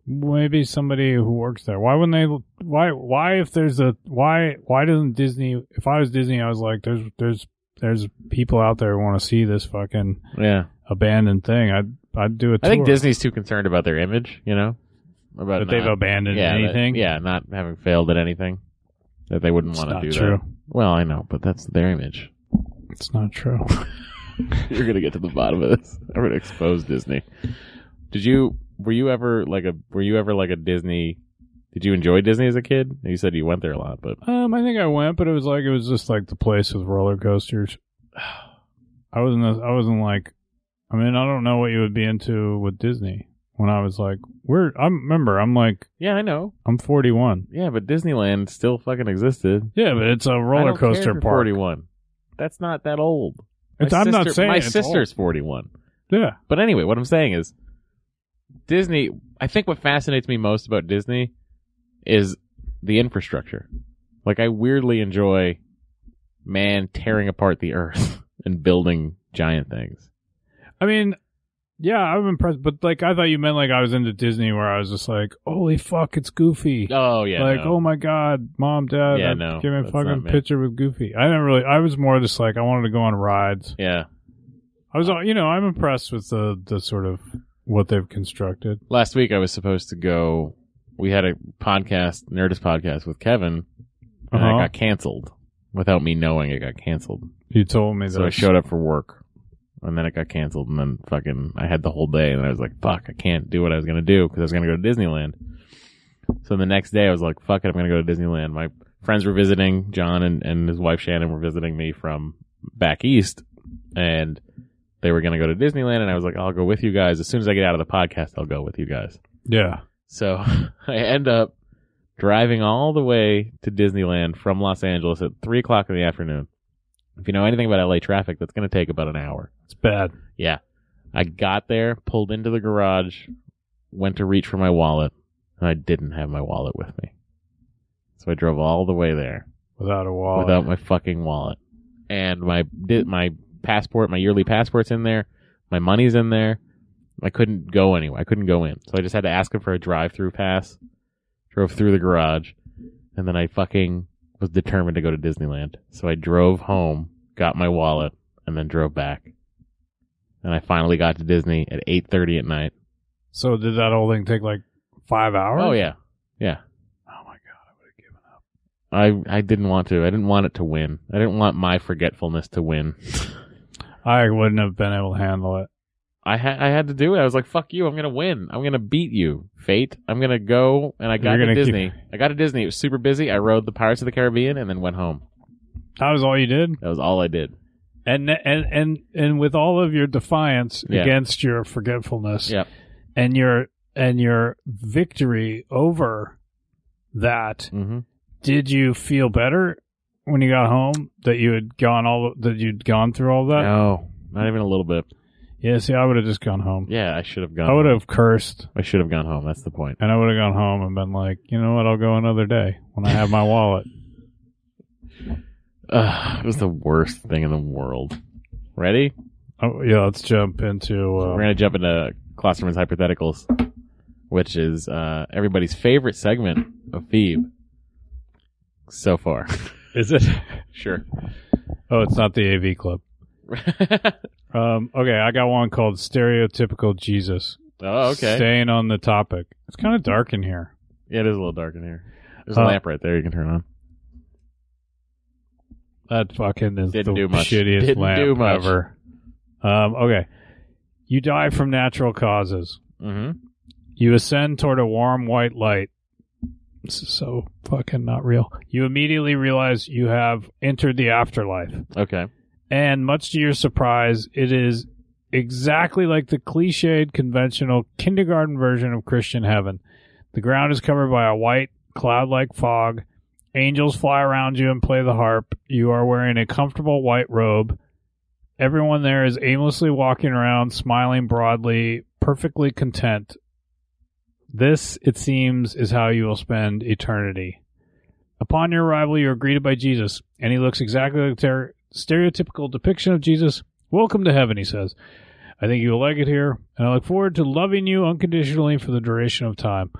C: Maybe somebody who works there. Why wouldn't they? Why? Why if there's a why? Why doesn't Disney? If I was Disney, I was like, there's there's there's people out there who want to see this fucking
B: yeah
C: abandoned thing. I'd I'd do a
B: i
C: tour.
B: think disney's too concerned about their image you know about
C: that they've
B: not-
C: abandoned
B: yeah, that-
C: anything.
B: yeah, not having failed at anything that they wouldn't
C: it's
B: want
C: not
B: to do
C: true.
B: that. Well, I know, but that's their image.
C: It's not true.
B: You're gonna get to the bottom of this. I'm gonna expose Disney. Did you? Were you ever like a? Were you ever like a Disney? Did you enjoy Disney as a kid? You said you went there a lot, but
C: Um, I think I went, but it was like it was just like the place with roller coasters. I wasn't. I wasn't like. I mean, I don't know what you would be into with Disney. When I was like, we're. I remember. I'm like.
B: yeah, I know.
C: I'm 41.
B: Yeah, but Disneyland still fucking existed.
C: Yeah, but it's a
B: I
C: roller
B: don't care if
C: coaster
B: you're
C: park.
B: 41. That's not that old. My
C: It's, I'm not
B: sister-
C: saying
B: my
C: it's
B: sister's 41.
C: old. Yeah,
B: But anyway, what I'm saying is Disney, I think what fascinates me most about Disney is the infrastructure. Like I weirdly enjoy man tearing apart the earth and building giant things.
C: I mean, yeah, I'm impressed. But like, I thought you meant like I was into Disney, where I was just like, holy fuck, it's Goofy.
B: Oh yeah.
C: like,
B: no.
C: oh my god, mom, dad,
B: Yeah,
C: uh,
B: no,
C: give me a
B: that's not
C: fucking
B: me.
C: picture with Goofy. I didn't really. I was more just like I wanted to go on rides.
B: yeah.
C: I was, you know, I'm impressed with the the sort of what they've constructed.
B: Last week I was supposed to go we had a podcast, Nerdist podcast with Kevin and
C: Uh-huh.
B: it got canceled without me knowing it got canceled.
C: You told me
B: So I
C: that.
B: showed up for work, and then it got canceled, and then fucking I had the whole day, and I was like, "Fuck, I can't do what I was gonna do because I was gonna go to Disneyland." So the next day, I was like, "Fuck it, I'm gonna go to Disneyland." My friends were visiting, John and and his wife Shannon were visiting me from back east, and they were gonna go to Disneyland, and I was like, "I'll go with you guys as soon as I get out of the podcast. I'll go with you guys."
C: yeah,
B: So I end up driving all the way to Disneyland from Los Angeles at three o'clock in the afternoon. If you know anything about LA traffic, that's going to take about an hour.
C: it's bad.
B: I got there, pulled into the garage, went to reach for my wallet, and I didn't have my wallet with me. So I drove all the way there
C: Without a wall.
B: without my fucking wallet. And my di- my passport, my yearly passport's in there. My money's in there. I couldn't go anywhere. I couldn't go in. So I just had to ask him for a drive-through pass. Drove through the garage, and then I fucking was determined to go to Disneyland. So I drove home, got my wallet, and then drove back. And I finally got to Disney at 8:30 at night.
C: so did that whole thing take like five hours?
B: Oh yeah. Yeah.
C: Oh my god, I would have given up.
B: I I didn't want to. I didn't want it to win. I didn't want my forgetfulness to win.
C: I wouldn't have been able to handle it.
B: I had I had to do it. I was like, "Fuck you! I'm gonna win. I'm gonna beat you, fate. I'm gonna go." And I got to
C: You're gonna keep-
B: Disney. I got to Disney. It was super busy. I rode the Pirates of the Caribbean and then went home.
C: That was all you did,
B: That was all I did.
C: and and and and with all of your defiance
B: Yeah.
C: against your forgetfulness,
B: Yep.
C: and your and your victory over that,
B: Mm-hmm.
C: did you feel better when you got home that you had gone all that you'd gone through all that?
B: no, not even a little bit.
C: Yeah, see, I would have just gone home.
B: Yeah, I should have gone.
C: I would have cursed
B: I should have gone home. That's the point.
C: and I would have gone home and been like, you know what, I'll go another day when I have my wallet.
B: Ugh, it was the worst thing in the world. Ready?
C: Oh, yeah, let's jump into.
B: We're
C: Uh,
B: gonna jump into Klosterman's hypotheticals, which is uh, everybody's favorite segment of Phoebe so far.
C: is it?
B: sure.
C: Oh, it's not the AV Club. Um, okay, I got one called Stereotypical Jesus.
B: oh, okay.
C: Staying on the topic. It's kind of dark in here.
B: Yeah, it is a little dark in here. There's a
C: Uh,
B: lamp right there you can turn on.
C: That fucking is
B: Didn't
C: the
B: do much.
C: shittiest
B: Didn't
C: lamp
B: do much.
C: ever. Um, okay. You die from natural causes.
B: Mm-hmm.
C: You ascend toward a warm white light. This is so fucking not real. You immediately realize you have entered the afterlife.
B: Okay.
C: And much to your surprise, it is exactly like the cliched, conventional kindergarten version of Christian heaven. The ground is covered by a white, cloud like fog. Angels fly around you and play the harp. You are wearing a comfortable white robe. Everyone there is aimlessly walking around, smiling broadly, perfectly content. This, it seems, is how you will spend eternity. Upon your arrival, you are greeted by Jesus, and he looks exactly like their stereotypical depiction of Jesus. Welcome to heaven, he says. I think you will like it here, and I look forward to loving you unconditionally for the duration of time.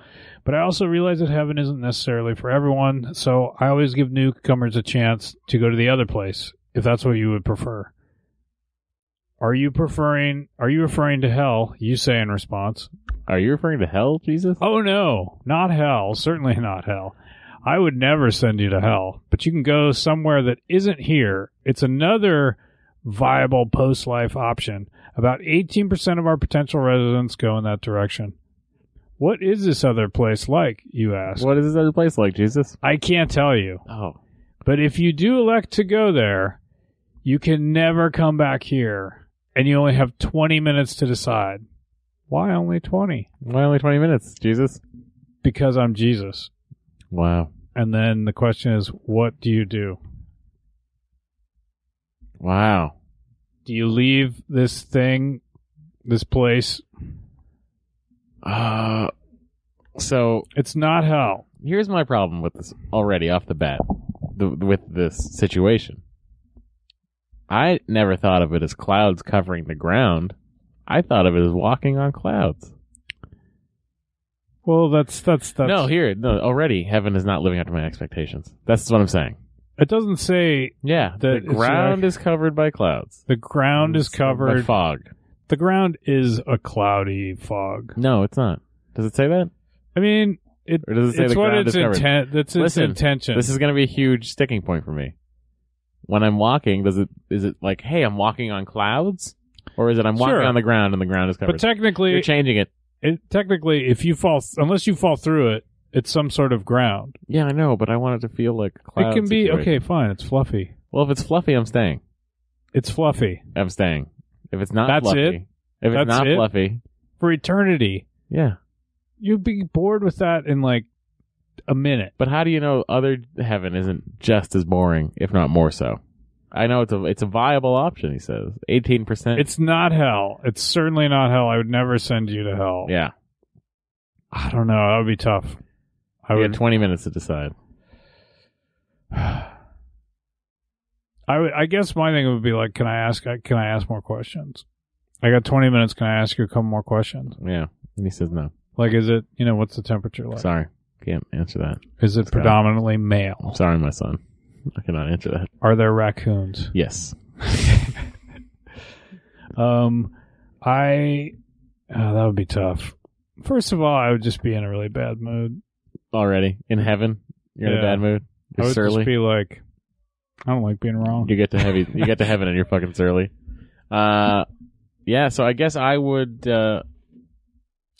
C: But I also realize that heaven isn't necessarily for everyone, so I always give newcomers a chance to go to the other place, if that's what you would prefer. Are you preferring are you referring to hell? You say in response.
B: Are you referring to hell, Jesus?
C: Oh no, not hell. Certainly not hell. I would never send you to hell, but you can go somewhere that isn't here. It's another viable post life option. About 18% of our potential residents go in that direction. What is this other place like, you ask?
B: What is this other place like, Jesus?
C: I can't tell you,
B: Oh.
C: but if you do elect to go there, you can never come back here, and you only have 20 minutes to decide. Why only 20?
B: Why only 20 minutes, Jesus?
C: Because I'm Jesus.
B: Wow.
C: And then the question is, what do you do?
B: Wow.
C: Do you leave this thing, this place?
B: Uh, so
C: It's not hell.
B: here's my problem with this already off the bat the, with this situation. I never thought of it as clouds covering the ground. I thought of it as walking on clouds.
C: Well, that's that's that's.
B: no, here, no, already heaven is not living up to my expectations. That's what I'm saying.
C: it doesn't say
B: Yeah, the,
C: That-
B: ground is covered by clouds.
C: the ground is
B: By
C: covered.
B: fog.
C: The ground is a cloudy fog.
B: No, it's not. Does it say that?
C: I mean, it.
B: Or does it say
C: It's
B: the
C: what
B: ground
C: its
B: is covered?
C: intent. That's its
B: Listen,
C: intention.
B: This is going to be a huge sticking point for me. When I'm walking, does it is it like, hey, I'm walking on clouds, or is it I'm walking
C: Sure.
B: on the ground and the ground is covered?
C: but technically,
B: You're changing it.
C: it, technically, if you fall, unless you fall through it, it's some sort of ground.
B: Yeah, I know, but I want it to feel like a cloud.
C: it can be
B: situation.
C: okay. Fine, it's fluffy.
B: Well, if it's fluffy, I'm staying.
C: It's fluffy
B: I'm staying. If it's not
C: That's
B: fluffy,
C: it?
B: if it's
C: That's
B: not
C: it?
B: fluffy,
C: for eternity.
B: yeah.
C: You'd be bored with that in like a minute.
B: But how do you know other heaven isn't just as boring, if not more so? I know it's a it's a viable option. He says eighteen percent.
C: It's not hell. It's certainly not hell. I would never send you to hell.
B: yeah.
C: I don't know. That would be tough. I
B: we
C: would,
B: had twenty minutes to decide.
C: I would. I guess my thing would be like, can I ask? Can I ask more questions? I got 20 minutes. Can I ask you a couple more questions?
B: Yeah, and he says no.
C: Like, is it you know what's the temperature like?
B: Sorry, can't answer that.
C: Is it
B: go.
C: predominantly
B: I'm
C: male?
B: sorry, my son. I cannot answer that.
C: Are there raccoons?
B: Yes.
C: Um, I oh, that would be tough. First of all, I would just be in a really bad mood.
B: Already in heaven, you're in
C: Yeah.
B: a bad mood.
C: I
B: You're
C: would
B: surly.
C: just be like, I don't like being wrong.
B: You get to heavy. you get to heaven, and you're fucking surly. Uh, yeah. So I guess I would. Uh,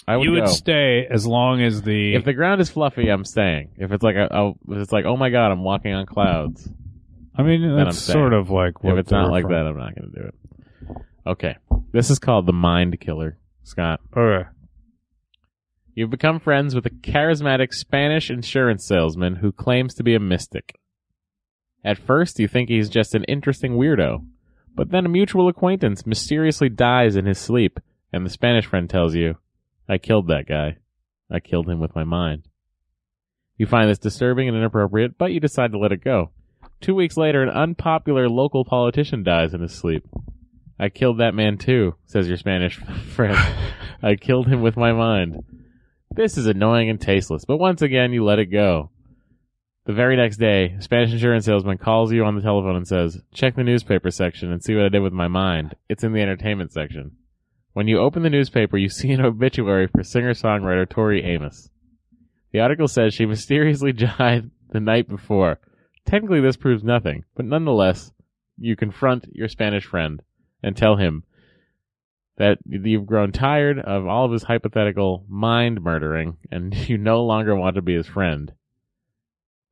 B: I would.
C: you would
B: go.
C: stay as long as the
B: if the ground is fluffy, I'm staying. If it's like a, a if it's like, oh my god, I'm walking on clouds.
C: I mean,
B: I'm
C: that's
B: saying.
C: sort of like what
B: if it's not
C: they're
B: like
C: from.
B: that, I'm not going to do it. Okay. This is called the mind killer, Scott.
C: Okay.
B: You've become friends with a charismatic Spanish insurance salesman who claims to be a mystic. At first, you think he's just an interesting weirdo, but then a mutual acquaintance mysteriously dies in his sleep, and the Spanish friend tells you, I killed that guy. I killed him with my mind. You find this disturbing and inappropriate, but you decide to let it go. Two weeks later, an unpopular local politician dies in his sleep. I killed that man too, says your Spanish friend. I killed him with my mind. This is annoying and tasteless, but once again, you let it go. The very next day, a Spanish insurance salesman calls you on the telephone and says, Check the newspaper section and see what I did with my mind. It's in the entertainment section. When you open the newspaper, you see an obituary for singer songwriter Tori Amos. The article says she mysteriously died the night before. Technically, this proves nothing, but nonetheless, you confront your Spanish friend and tell him that you've grown tired of all of his hypothetical mind murdering and you no longer want to be his friend.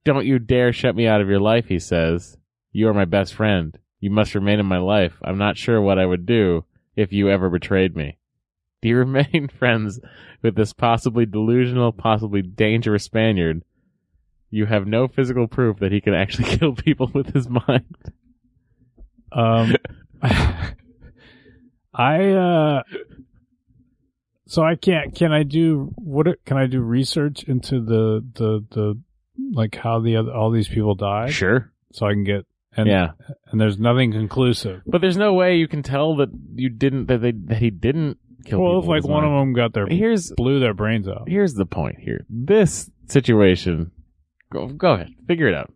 B: Don't you dare shut me out of your life, he says. You are my best friend. You must remain in my life. I'm not sure what I would do if you ever betrayed me. Do you remain friends with this possibly delusional, possibly dangerous Spaniard? You have no physical proof that he can actually kill people with his mind.
C: Um, I uh, so I can't. Can I do what? Can I do research into the the the like how the other, all these people died?
B: Sure.
C: So I can get and
B: yeah.
C: and there's nothing conclusive.
B: But there's no way you can tell that you didn't that they that he didn't kill
C: well,
B: people.
C: if like
B: with his
C: one of
B: mind.
C: them got their
B: Here's
C: blew their brains out.
B: here's the point here. This situation go go ahead. Figure it out.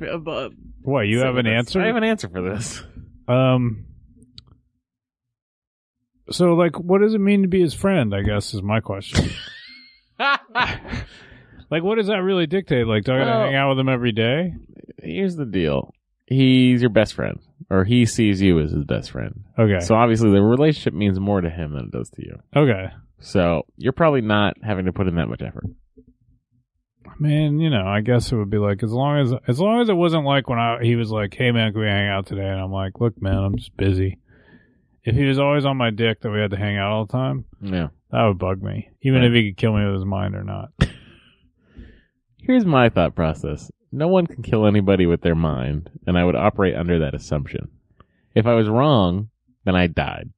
B: Uh,
C: What you
B: say
C: have an
B: this.
C: answer?
B: I have an answer for this.
C: Um. So, like, what does it mean to be his friend? I guess is my question. like, what does that really dictate? Like, do I gotta
B: Well-
C: hang out with him every day?
B: Here's the deal. He's your best friend. Or he sees you as his best friend.
C: Okay.
B: So obviously the relationship means more to him than it does to you.
C: okay.
B: So you're probably not having to put in that much effort.
C: I mean, you know, I guess it would be like as long as as long as it wasn't like when I he was like, "Hey man, can we hang out today?" And I'm like, "Look, man, I'm just busy." If he was always on my dick that we had to hang out all the time,
B: Yeah.
C: that would bug me. Even
B: Right.
C: if he could kill me with his mind or not.
B: Here's my thought process. No one can kill anybody with their mind, and I would operate under that assumption. If I was wrong, then I died.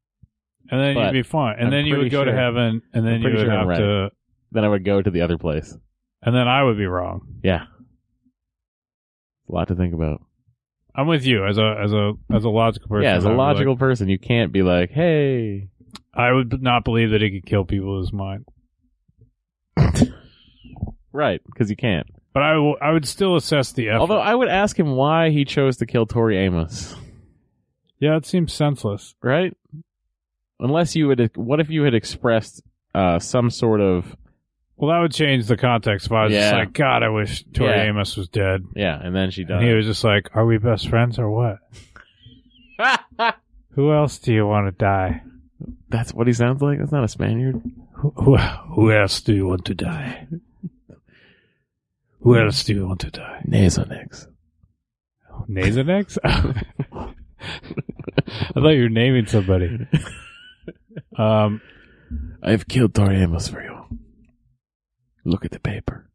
C: And then
B: But
C: you'd be fine. And
B: I'm
C: then you
B: pretty
C: would go to
B: sure-
C: heaven, and
B: I'm
C: then you
B: pretty
C: would
B: sure I'm
C: have
B: right.
C: to,
B: Then I would go to the other place.
C: and then I would be wrong.
B: Yeah. A lot to think about.
C: I'm with you as a as a as a logical person.
B: yeah, as a
C: I'd be like,
B: logical person, you can't be like, hey,
C: I would not believe that he could kill people with his mind.
B: right, because you can't.
C: But I will- I would still assess the effort.
B: Although I would ask him why he chose to kill Tori Amos,
C: yeah, it seems senseless.
B: right? Unless you had, what if you had expressed uh, some sort of
C: Well, that would change the context. If I was just
B: Yeah.
C: like, God, I wish Tori
B: Yeah.
C: Amos was dead.
B: yeah, and then she
C: And he
B: died.
C: was just like, Are we best friends or what? Who else do you want to die?
B: That's what he sounds like. That's not a Spaniard.
C: Who, who, who else do you want to die? Who else do you want to die?
B: Nasonex.
C: Nasonex? I thought you were naming somebody. Um,
B: I've killed Tori Amos for you. Look at the paper.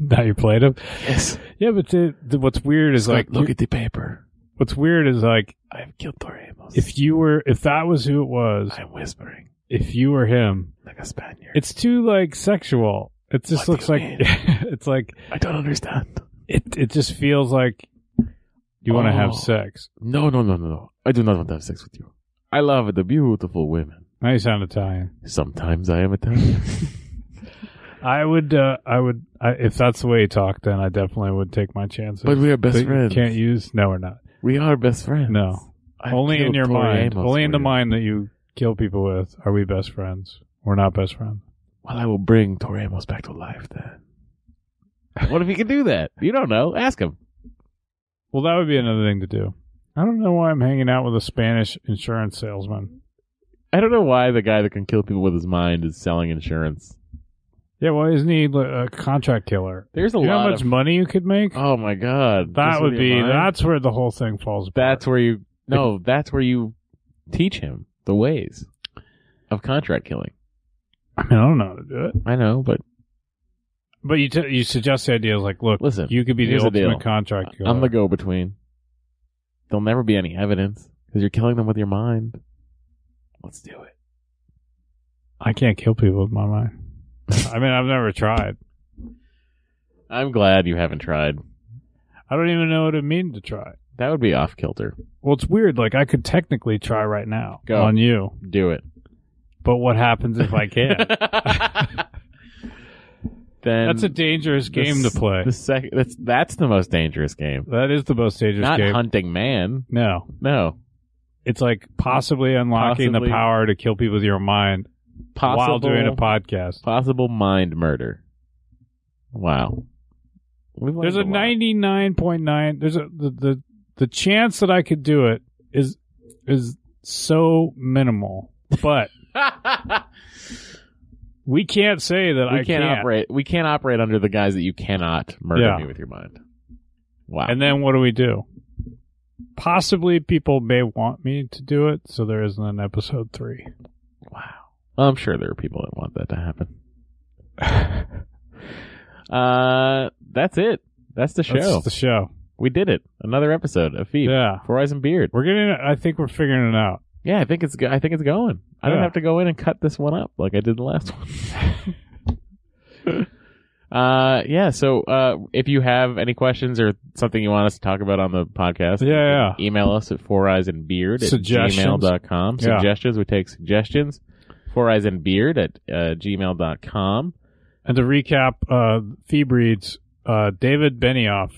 C: now you played him.
B: Yes.
C: Yeah, but the, the, what's weird is like,
B: at the paper.
C: what's weird is like,
B: I've killed Tori Amos.
C: if you were, if that was who it was,
B: I'm whispering
C: if you were him,
B: like a Spaniard.
C: it's too like sexual. It
B: What
C: just
B: do
C: looks
B: you
C: like
B: mean?
C: it's like
B: I don't understand.
C: it. It just feels like you want to
B: Oh.
C: have sex.
B: No, no, no, no, no. I do not want to have sex with you. I love the beautiful women.
C: Now you sound Italian.
B: Sometimes I am Italian.
C: I would, uh, I would, I, if that's the way you talk, then I definitely would take my chances.
B: But we are best
C: That you
B: friends.
C: Can't use. No, we're not.
B: we are best friends.
C: No.
B: I've
C: only in
B: killed
C: your
B: Tori
C: mind.
B: Amos
C: only in
B: for
C: the
B: you.
C: mind that you kill people with. Are we best friends? We're not best friends.
B: Well, I will bring Tori Amos back to life then. what if he can do that? You don't know. Ask him.
C: Well, that would be another thing to do. I don't know why I'm hanging out with a Spanish insurance salesman.
B: I don't know why the guy that can kill people with his mind is selling insurance.
C: Yeah, well, isn't he li- a contract killer?
B: There's a
C: You know
B: lot
C: how much
B: of.
C: money you could make?
B: Oh my god.
C: that
B: Just
C: would
B: with
C: be.
B: your mind?
C: That's where the whole thing falls. apart.
B: That's where you. No, that's where you teach him the ways of contract killing.
C: I mean, I don't know how to do it.
B: I know, but
C: But you t- you suggest the ideas like, look,
B: Listen,
C: you could be the
B: here's the
C: ultimate
B: deal.
C: contract killer.
B: I'm the go between. There'll never be any evidence because you're killing them with your mind. Let's do it.
C: I can't kill people with my mind. I mean, I've never tried.
B: I'm glad you haven't tried.
C: I don't even know what it means to try.
B: That would be off kilter.
C: Well, it's weird. Like I could technically try right now
B: Go.
C: on you,
B: Do it.
C: but what happens if I can't?
B: then
C: That's a dangerous
B: the
C: game to
B: s-
C: play.
B: The second that's that's the most dangerous game.
C: that is the most dangerous
B: Not
C: game.
B: hunting man.
C: no,
B: No.
C: it's like possibly unlocking
B: Possibly.
C: the power to kill people with your mind
B: Possible
C: while doing a podcast.
B: possible mind murder. Wow. We've learned
C: There's a
B: lot.
C: ninety nine point nine. There's a the, the the chance that I could do it is is so minimal, but we can't say that
B: we
C: I
B: can't, operate we can't operate under the guise that you cannot murder
C: Yeah.
B: me with your mind. Wow.
C: And then what do we do? Possibly people may want me to do it, so there isn't an episode three.
B: Wow. I'm sure there are people that want that to happen. uh, that's it. That's the show.
C: That's the show.
B: we did it. Another episode of Feed.
C: Yeah,
B: Four Eyes and Beard.
C: we're gonna. I think we're figuring it out.
B: Yeah, I think it's. go- I think it's going. I don't
C: Yeah.
B: have to go in and cut this one up like I did the last one. uh, yeah. So, uh, if you have any questions or something you want us to talk about on the podcast,
C: Yeah,
B: you can
C: yeah.
B: email us at four eyes and beard at
C: Suggestions.
B: gmail.com.
C: Yeah.
B: Suggestions. We take suggestions. Four eyes and beard at uh, gmail.com.
C: And to recap, uh, Fee Breeds, uh, David Benioff.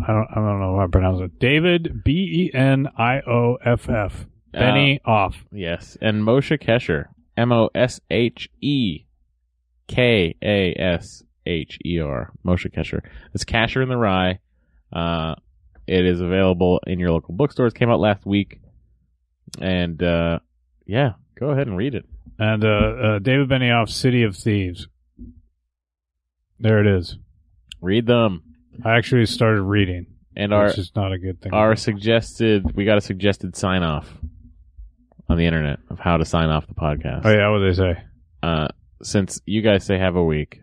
C: I don't. I don't know how to pronounce it. David B E N I O F F. Benny off.
B: Yes, and Moshe Kesher. M O S H E K A S H E R. Moshe Kesher. It's Casher in the Rye. Uh, it is available in your local bookstores. Came out last week. And uh, yeah, go ahead and read it.
C: And uh, uh, David Benioff, City of Thieves. There it is.
B: Read them.
C: I actually started reading,
B: And our
C: which is not a good thing.
B: our suggested we got a suggested sign off on the internet of how to sign off the podcast.
C: oh yeah, what they say?
B: uh, since you guys say have a week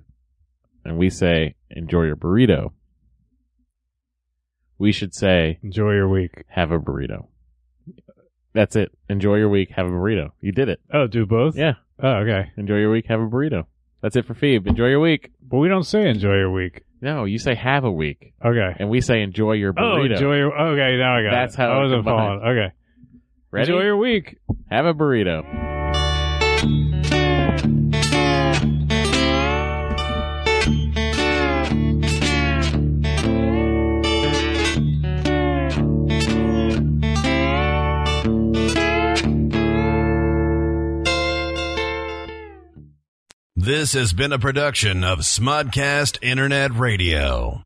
B: and we say enjoy your burrito, we should say
C: Enjoy your week.
B: have a burrito. That's it. Enjoy your week, have a burrito. You did it.
C: Oh, do both?
B: Yeah.
C: Oh, okay.
B: Enjoy your week, have a burrito. That's it for Phoebe. Enjoy your week.
C: But we don't say enjoy your week.
B: No, you say have a week,
C: Okay.
B: and we say enjoy your
C: Oh,
B: burrito.
C: enjoy your. Okay, now I got
B: That's
C: it.
B: how
C: I
B: it
C: wasn't
B: combines.
C: following. Okay.
B: Ready?
C: Enjoy your week.
B: have a burrito.
A: This has been a production of Smodcast Internet Radio.